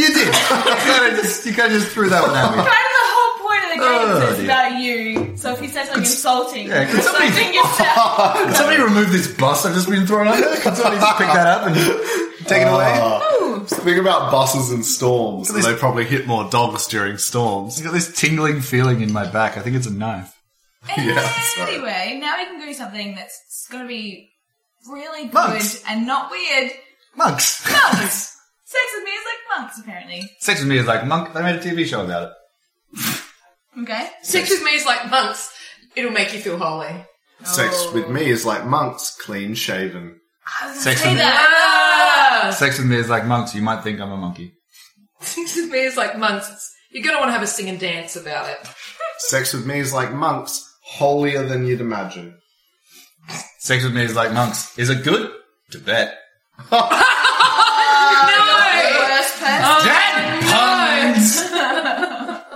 S2: You
S1: <laughs>
S2: did. You kind of just, you kinda just threw that one at me.
S1: Kind of the whole point of the game
S2: Oh,
S1: is it's
S2: dear.
S1: about you. So if you say something insulting,
S2: yeah,
S1: you're
S2: could somebody- Oh.
S1: insulting
S2: <laughs>
S1: yourself.
S2: Can somebody remove this bus I've just been thrown under? Can somebody just pick that up and take it away?
S4: Uh,
S2: <laughs>
S4: Think about buses and storms.
S2: least-
S4: They probably hit more dogs during storms.
S2: I've got this tingling feeling in my back. I think it's a knife.
S4: Yeah, sorry.
S1: Anyway, now we can do something that's going to be really good
S2: Monks.
S1: and not weird.
S2: Monks.
S1: Monks. Sex with me is like monks, apparently.
S2: Sex with me is like monk. They made a TV show about it.
S1: Okay.
S3: Sex with me is like monks. It'll make you feel holy.
S4: Sex
S1: Oh.
S4: with me is like monks, clean shaven.
S2: Sex
S1: Say
S2: with, me.
S1: that.
S2: sex with me is like monks. You might think I'm a monkey.
S3: Ah! Sex with me is like monks. It's- You're going to want to have a sing and dance about it.
S4: Sex with me is like monks, holier than you'd imagine.
S2: Sex with me is like monks. Is it good? To bet.
S1: Ah,
S3: no! Oh,
S1: worst person.
S2: That puns.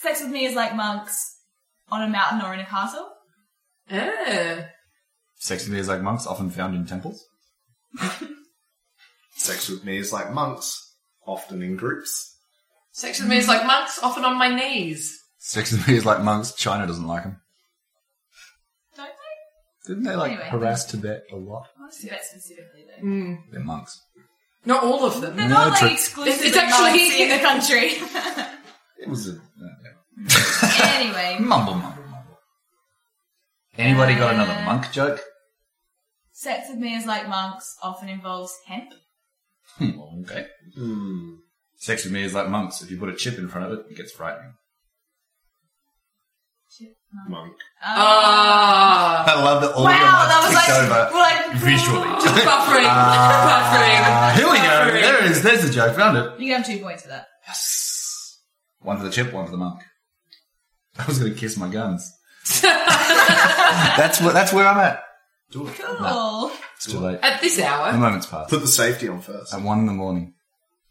S1: Sex with me is like monks on a mountain or in a castle.
S3: Ah.
S2: Sex with me is like monks, often found in temples.
S4: Sex with me is like monks, often in groups.
S3: Sex with me is like monks, often on my knees.
S2: Sex with me is like monks. China doesn't like them.
S1: Don't they?
S2: Didn't they like
S1: Anyway.
S2: harass Tibet a lot?
S1: Honestly, Tibet specifically though.
S2: They're monks.
S3: Mm. Not all of them.
S1: They're
S2: Mm. No,
S1: not like
S2: true.
S1: exclusive.
S3: It's actually- <laughs>
S1: in the country.
S2: It was a
S1: anyway,
S2: <laughs> mumble, mumble, mumble. Anybody got another
S1: Uh,
S2: monk joke?
S1: sex with me is like monks often involves hemp. Um,
S2: Hmm, okay.
S4: Hmm.
S2: Sex with me is like monks. If you put a chip in front of it, it gets frightening.
S1: Shit, monk.
S4: Monk.
S1: Ah.
S3: Ah.
S2: I love that all
S1: wow,
S2: your minds
S1: that was <laughs>
S2: ticked
S1: like,
S2: over
S1: like
S2: visually.
S3: Just <laughs> buffering.
S2: Ah,
S3: buffering.
S2: here we go.
S3: Buffering.
S2: There it is. There's the joke. Found it.
S1: <laughs> You can have two points for that.
S2: Yes. One for the chip, one for the monk. <laughs> I was going to kiss my guns. that's where, that's where I'm at.
S1: Cool.
S2: It's too late.
S3: <laughs> At this
S2: The
S3: hour,
S2: moment's passed.
S4: Put the safety on first.
S2: At one in the morning.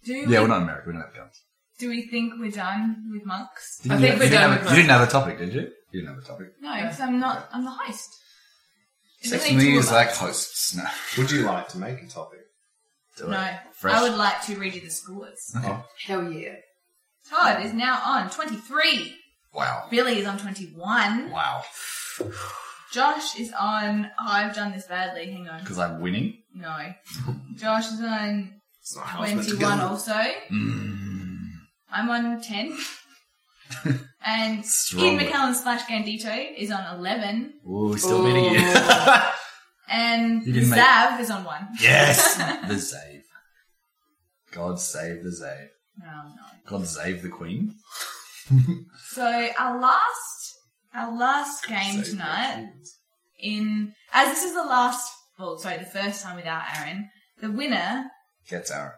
S1: Do we,
S2: Yeah, we're not in America. We don't have guns.
S1: do we think we're done with monks?
S2: Didn't
S3: I
S2: you have-
S3: think we're
S2: you didn't have a-
S3: done with
S2: You
S3: monks.
S2: didn't have a topic, did you? You didn't have a topic.
S1: No, because I'm not. I'm the host. It's
S2: Sex
S1: only
S2: with me
S1: two
S2: is
S1: of
S2: like
S1: us.
S2: hosts. No.
S4: Would you like to make a topic?
S1: <laughs>
S2: Do
S1: No,
S2: it. Fresh.
S1: I would like to read you the scores.
S3: hell yeah.
S1: Todd is now on 23.
S2: Wow.
S1: Billy is on 21.
S2: Wow.
S1: Josh is on. Oh, I've done this badly. Hang on.
S2: Because I'm winning. <laughs>
S1: No. Josh is on
S4: It's not how it's meant to go.
S1: 21 also. Mm. I'm on
S2: <laughs>
S1: 10. and
S2: Strong
S1: Ian
S2: word.
S1: McKellen slash Gandito is on 11.
S2: Ooh, he's still beating you.
S1: And
S2: You didn't make-
S1: Zav is on 1. <laughs>
S2: yes. <laughs> The Zave. God save the Zave.
S1: Oh, no.
S2: God save the Queen.
S1: So our last, our last game tonight in, as this is the last, well, sorry, the first time without Aaron, the winner
S2: Gets Aaron.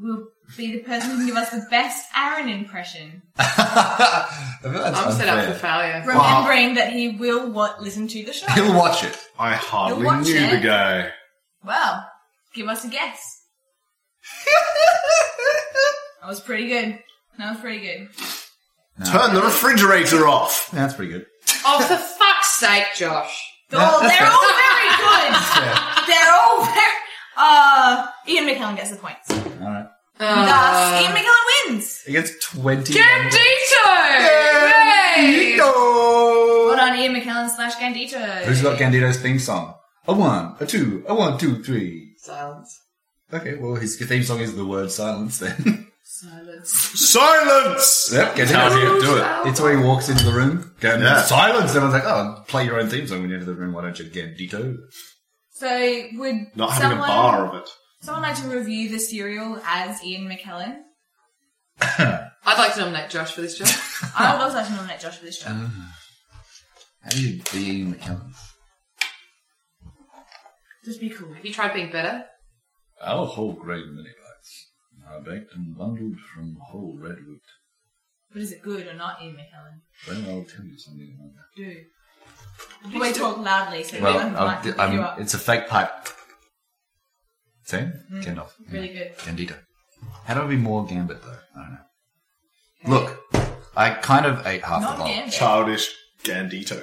S1: will be the person who can give us the best Aaron impression.
S2: <laughs> I feel that's
S3: I'm set up
S2: unfair.
S3: for failure.
S1: Remembering that he will what listen to the show.
S2: <laughs> He'll watch it.
S4: I hardly
S1: You'll watch
S4: knew
S1: it.
S4: the guy.
S1: Well, give us a guess. That was pretty good. That was pretty good.
S4: Turn the refrigerator off.
S2: Yeah, that's pretty good.
S3: Oh, for fuck's sake, Josh.
S1: Oh,
S2: that's
S1: they're
S2: fair.
S1: all very good. They're all very. Uh, Ian McKellen gets the points.
S2: All right.
S3: Uh.
S1: Thus, Ian McKellen wins.
S2: It gets 20.
S3: Gandito! Yay!
S1: Hold on, Ian McKellen slash Gandito.
S2: Who's got Candido's theme song? A one, a two, a one, two, three.
S3: Silence.
S2: Okay, well, his theme song is the word silence then. <laughs>
S3: Silence.
S4: Silence!
S2: yep,
S4: That's how
S2: Candido.
S4: you do it.
S2: It's where he walks into the room. Gandito.
S4: Yeah.
S2: Silence! Everyone's like, oh, play your own theme song when you enter the room. Why don't you, Gandito?
S1: So would
S4: Not having
S1: someone,
S4: a bar of it.
S1: someone like to review the cereal as Ian McKellen?
S3: I'd like to nominate Josh for this job.
S1: I would also like to nominate Josh for this job.
S2: Uh-huh. How do you be Ian McKellen?
S1: Just be cool.
S3: Have you tried being better? <laughs>
S2: Our whole grain mini bites are baked and bundled from whole redwood.
S1: But is it good or not, Ian McKellen?
S2: Well, I'll tell you something about that.
S1: Do. We talk loudly, so we don't
S2: Well,
S1: like
S2: I'll,
S1: to pick
S2: di-
S1: you
S2: I'm,
S1: up. Mm-hmm.
S2: it's a fake pipe. Same? Gandalf.
S1: Really good.
S2: Gandito. How do I be more Gambit, though? I don't know. Look, I kind of ate half
S1: Not
S2: the bowl.
S1: Gambit.
S4: Childish Gandito.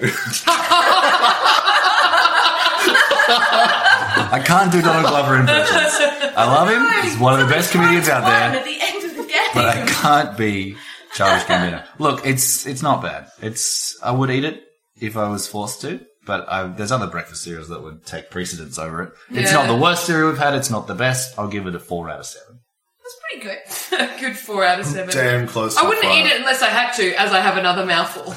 S2: I can't do Donald Glover
S1: <laughs>
S2: impressions. I love him. He's one of the best comedians out
S1: One
S2: there.
S1: At the end
S2: <laughs>
S1: of the game. <laughs>
S2: But I can't be Charles Gambino. Look, it's it's not bad. It's I would eat it if I was forced to, but I, there's other breakfast cereals that would take precedence over it. It's
S3: Yeah.
S2: not the worst cereal we've had. It's not the best. I'll give it a four out of seven.
S1: That's pretty good.
S3: Good four out of seven.
S4: Damn close.
S3: I
S4: to
S3: wouldn't
S4: five.
S3: eat it unless I had to, as I have another mouthful.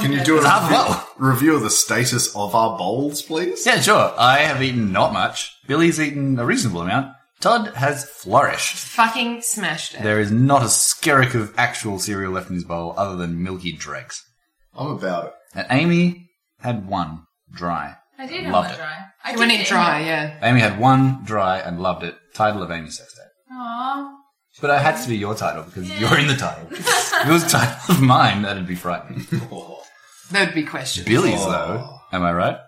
S4: Can you do a
S2: half
S4: review,
S2: well.
S4: review of the status of our bowls, please?
S2: Yeah, sure. I have eaten not much. Billy's eaten a reasonable amount. Todd has flourished.
S3: Fucking smashed it.
S2: There is not a skerrick of actual cereal left in his bowl other than milky dregs.
S4: I'm about it.
S2: And Amy had one dry.
S1: I did have
S2: Loved
S1: one
S2: it.
S1: dry. I
S3: When
S1: did
S3: it
S1: eat
S3: dry, yeah.
S2: Amy had one dry and loved it. Title of Amy's sex tape.
S1: Aw.
S2: But it had to be your title because you're in the title. if it was title of mine, that'd be frightening.
S3: That would be questioned.
S2: Billy's though, am I right?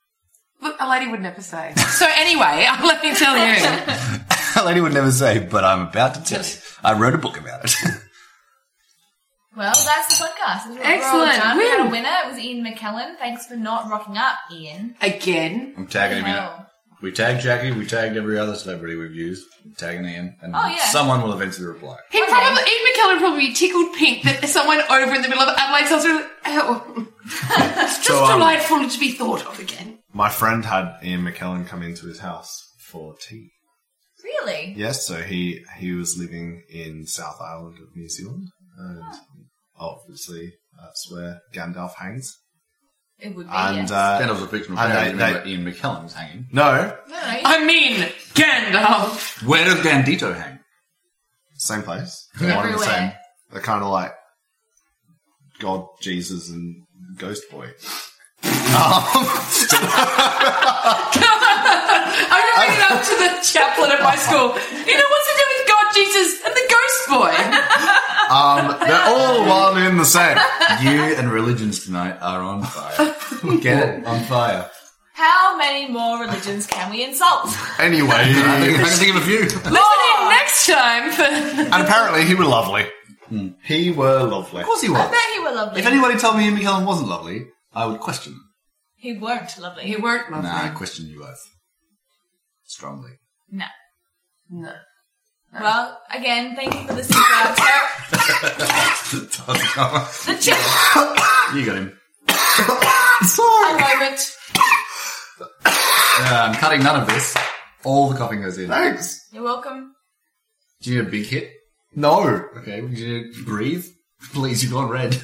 S2: <laughs>
S3: Look, a lady would never say. So anyway, <laughs> let me tell you.
S2: A lady would never say, but I'm about to tell you. I wrote a book about it.
S1: Well, that's the podcast. That's what we're all
S3: Excellent.
S1: done. We had a
S3: Woo.
S1: winner. It was Ian McKellen. Thanks for not rocking up, Ian.
S3: Again.
S2: <laughs> I'm tagging him in it.
S1: Hell.
S2: We tagged Jackie, we tagged every other celebrity we've used, tagging Ian, and
S1: Oh, yeah.
S2: someone will eventually reply.
S3: He probably, Ian McKellen would probably be tickled pink that someone over in the middle of Adelaide's house was like, oh, it's just
S4: So, um,
S3: delightful to be thought of again.
S4: <laughs> My friend had Ian McKellen come into his house for tea.
S1: Really?
S4: Yes, so he he was living in South Island of New Zealand, and obviously that's where Gandalf hangs.
S1: It would be.
S4: And
S1: yes.
S4: uh,
S5: Gandalf's a fictional
S4: And
S5: character.
S4: they-
S5: Remember, Ian McKellen was hanging.
S4: no,
S1: no, no,
S3: I mean, Gandalf. <laughs>
S5: Where does Gandito
S2: <laughs>
S5: hang?
S4: same place.
S1: Yeah.
S4: One and the same.
S1: Everywhere.
S4: They're kind of like God, Jesus, and Ghost Boy.
S2: Um,
S3: I'm going to
S4: <laughs>
S3: bring it up to the chaplain at my school. You know what's to do with God, Jesus, and the ghost boy?
S4: Um, they're all one in the same.
S5: you and religions tonight are on fire.
S2: <laughs> Get it?
S5: on fire.
S1: How many more religions can we insult?
S5: I
S4: Anyway,
S5: can
S2: <laughs>
S5: think of a few.
S3: Listen in next time for...
S4: and apparently he were lovely. He were lovely.
S5: Of course he
S1: <laughs> I
S5: was.
S1: bet he were lovely.
S5: If anybody told me Ian McKellen wasn't lovely, I would question them.
S1: he weren't lovely.
S3: You weren't lovely.
S5: Nah, I question you both. Strongly.
S1: no.
S3: No.
S1: Well, again, thank you for
S5: <laughs>
S1: listening to our ter- the ch-
S5: You got him.
S1: a moment.
S5: Yeah, I'm cutting none of this. All the coughing goes in.
S4: Thanks.
S1: You're welcome.
S5: Do you need a big hit?
S4: No.
S5: Okay, would you breathe? Please, you've gone red.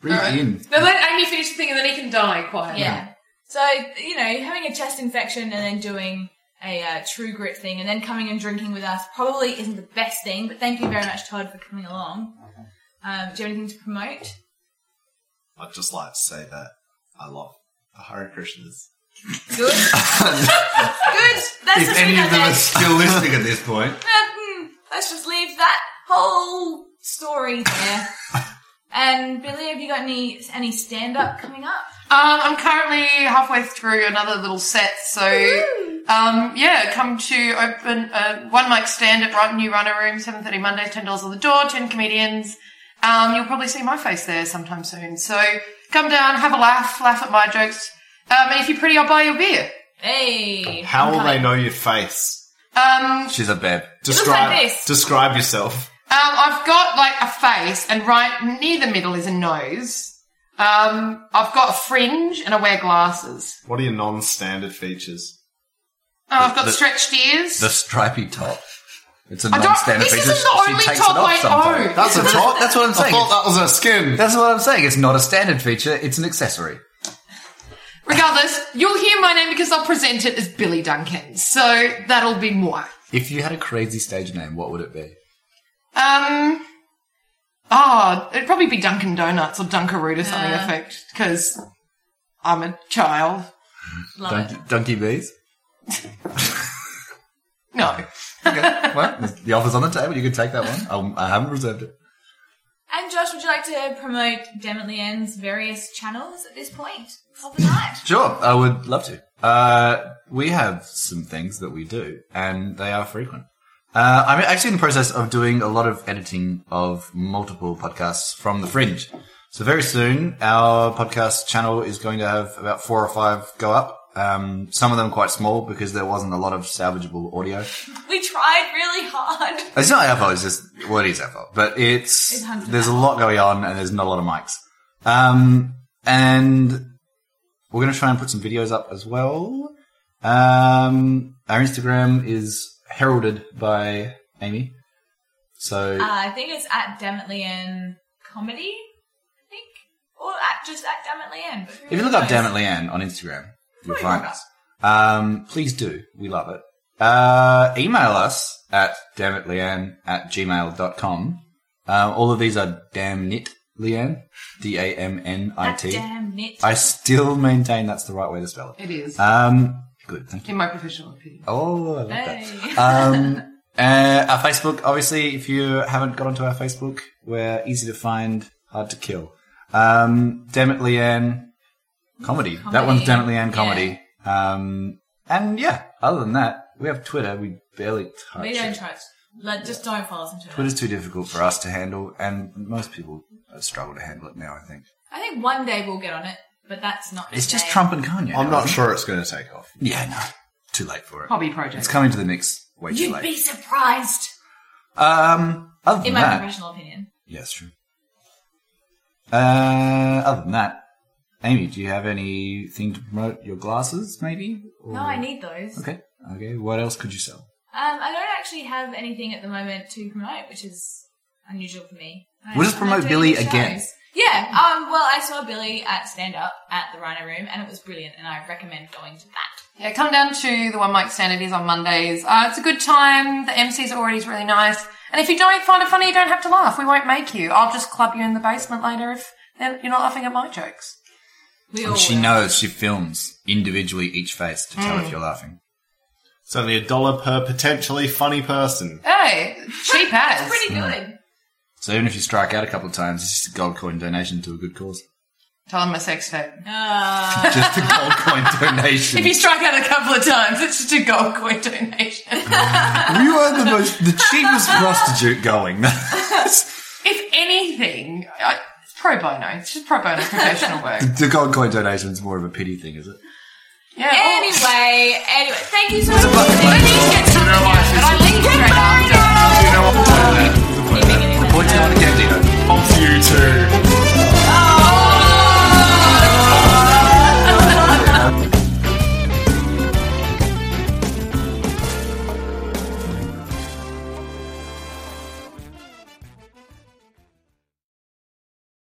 S5: Breathe in.
S3: Now let Amy finish the thing and then he can die quietly.
S1: Yeah. So, you know, having a chest infection and then doing a uh, true grit thing and then coming and drinking with us probably isn't the best thing, but thank you very much, Todd, for coming along.
S5: Uh-huh.
S1: Um, do you have anything to promote?
S4: I'd just like to say that I love the Hare Krishnas.
S5: <laughs>
S1: Good. Good. That's
S5: If
S1: just
S5: any of them are
S1: that.
S5: still listening at this point,
S1: Mm, Let's just leave that whole story
S2: <laughs>
S1: there. and Billy, have you got any any stand up coming up?
S3: Um, I'm currently halfway through another little set, so um, yeah, come to open uh, one mic stand at Brighton New Runner Room, seven thirty Mondays, ten dollars on the door, ten comedians. Um, you'll probably see my face there sometime soon. So come down, have a laugh, laugh at my jokes. Um, and if you're pretty, I'll buy you a beer.
S1: Hey,
S4: How
S1: I'm
S4: will they
S1: coming.
S4: know your face?
S3: Um, um,
S2: She's a babe.
S4: Describe
S1: like this.
S4: describe yourself.
S3: I've got like a face, and right near the middle is a nose. Um, I've got a fringe, and I wear glasses.
S4: What are your non-standard features?
S3: Oh, I've got
S2: The-
S3: stretched ears.
S2: The stripy top. It's a
S3: I don't.
S2: non-standard
S3: This
S2: feature.
S3: isn't the
S2: she
S3: only
S2: takes
S3: top
S2: it off
S3: I
S2: sometimes.
S3: own.
S4: That's a top.
S2: That's what I'm
S4: I
S2: saying.
S4: thought that was her skin.
S2: That's what I'm saying. It's not a standard feature. It's an accessory.
S3: Regardless, you'll hear my name because I'll present it as Billy Duncan. So that'll be moi.
S2: If you had a crazy stage name, what would it be?
S3: Um, oh, it'd probably be Dunkin' Donuts or Dunkaroo or something
S1: Yeah.
S3: effect because I'm a child.
S1: Love it.
S2: Dun- Donkey Bees?
S3: No.
S2: <laughs> Okay. well, the offer's on the table. You can take that <laughs> one. I'll, I haven't reserved it.
S1: And Josh, would you like to promote Demitly N's various channels at this point of the night? <laughs>
S2: Sure, I would love to. Uh, we have some things that we do, and they are frequent. Uh, I'm actually in the process of doing a lot of editing of multiple podcasts from The Fringe. So very soon, our podcast channel is going to have about four or five go up. Um, some of them quite small because there wasn't a lot of salvageable audio.
S1: We tried really hard.
S2: It's not our fault. It's just well, it is our fault, but it's,
S1: It's hundred
S2: there's a lot going on and there's not a lot of mics. Um, and we're going to try and put some videos up as well. Um, our Instagram is heralded by Amy, so
S1: Uh, I think it's at Demitly N comedy, I think, or at just at Demitly N. but who
S2: if you look up
S1: knows?
S2: Damn It Leanne on Instagram, you'll
S1: Probably
S2: find
S1: not.
S2: us. Um, please do. We love it. Uh, email us at dammitleanne at gmail.com. Um, all of these are damnit Leanne.
S1: That's
S2: D-A-M-N-I-T.
S1: damn nit.
S2: I still maintain that's the right way to spell it.
S3: It is.
S2: Um, good. Thank you.
S3: in my professional opinion.
S2: Oh, I love
S1: Hey.
S2: that. <laughs> Um, uh, our Facebook, obviously, if you haven't got onto our Facebook, we're easy to find, hard to kill. Um, Damn it, Leanne comedy. That
S1: Comedy.
S2: one's Damn it, Leanne comedy. Um, and yeah, other than that, we have Twitter. We barely touch.
S1: we don't
S2: it.
S1: try. Like, just don't follow us on Twitter.
S2: Twitter's too difficult for us to handle, and most people struggle to handle it now. I think
S1: I think one day we'll get on it, but that's not.
S2: it's just
S1: today.
S2: Trump and Kanye.
S4: I'm
S2: now,
S4: not
S2: isn't it?
S4: sure it's going to take off.
S2: Yeah, no, too late for it.
S3: Hobby project.
S2: It's coming to the mix way too
S1: You'd
S2: late.
S1: be surprised,
S2: Um, other than
S1: in my
S2: that,
S1: professional opinion.
S2: yeah, it's true. Uh, other than that, Amy, do you have anything to promote? Your glasses, maybe? Or-
S1: No, I need those.
S2: Okay, okay. What else could you sell?
S1: Um, I don't actually have anything at the moment to promote, which is unusual for me. I-
S2: We'll just
S1: I'm not
S2: promote
S1: doing
S2: Billy
S1: any
S2: again.
S1: shows. Yeah. Um. Well, I saw Billy at stand up at the Rhino Room, and it was brilliant, and I recommend going to that.
S3: Yeah, come down to the One Mic Sanities on Mondays. Uh, it's a good time. The MC's already is really nice. And if you don't find it funny, you don't have to laugh. We won't make you. I'll just club you in the basement later if you're not laughing at my jokes.
S1: We all
S2: And Oh, she
S1: will.
S2: knows she films individually each face to tell
S1: Mm.
S2: if you're laughing.
S4: It's only a dollar per potentially funny person.
S3: Hey, <laughs> cheap as.
S1: Pretty good.
S2: So even if you strike out a couple of times, it's just a gold coin donation to a good cause. <laughs>
S3: Tell them a sex tape.
S1: Uh,
S2: Just a gold coin donation.
S3: If you strike out a couple of times, it's just a gold coin donation.
S2: <laughs> you are the most, the
S1: <laughs>
S2: cheapest prostitute going. <laughs>
S3: if anything, I, it's pro bono. It's just pro bono professional work.
S2: <laughs> the gold coin donation is more of a pity thing, is it?
S3: Yeah.
S1: anyway, anyway, thank you so much.
S2: fucking
S1: for
S2: pleasure.
S1: listening.
S3: And I linked straight
S2: You know
S3: after.
S2: what?
S1: Keeping it in the-
S2: Report to the Gandino.
S4: Off you two.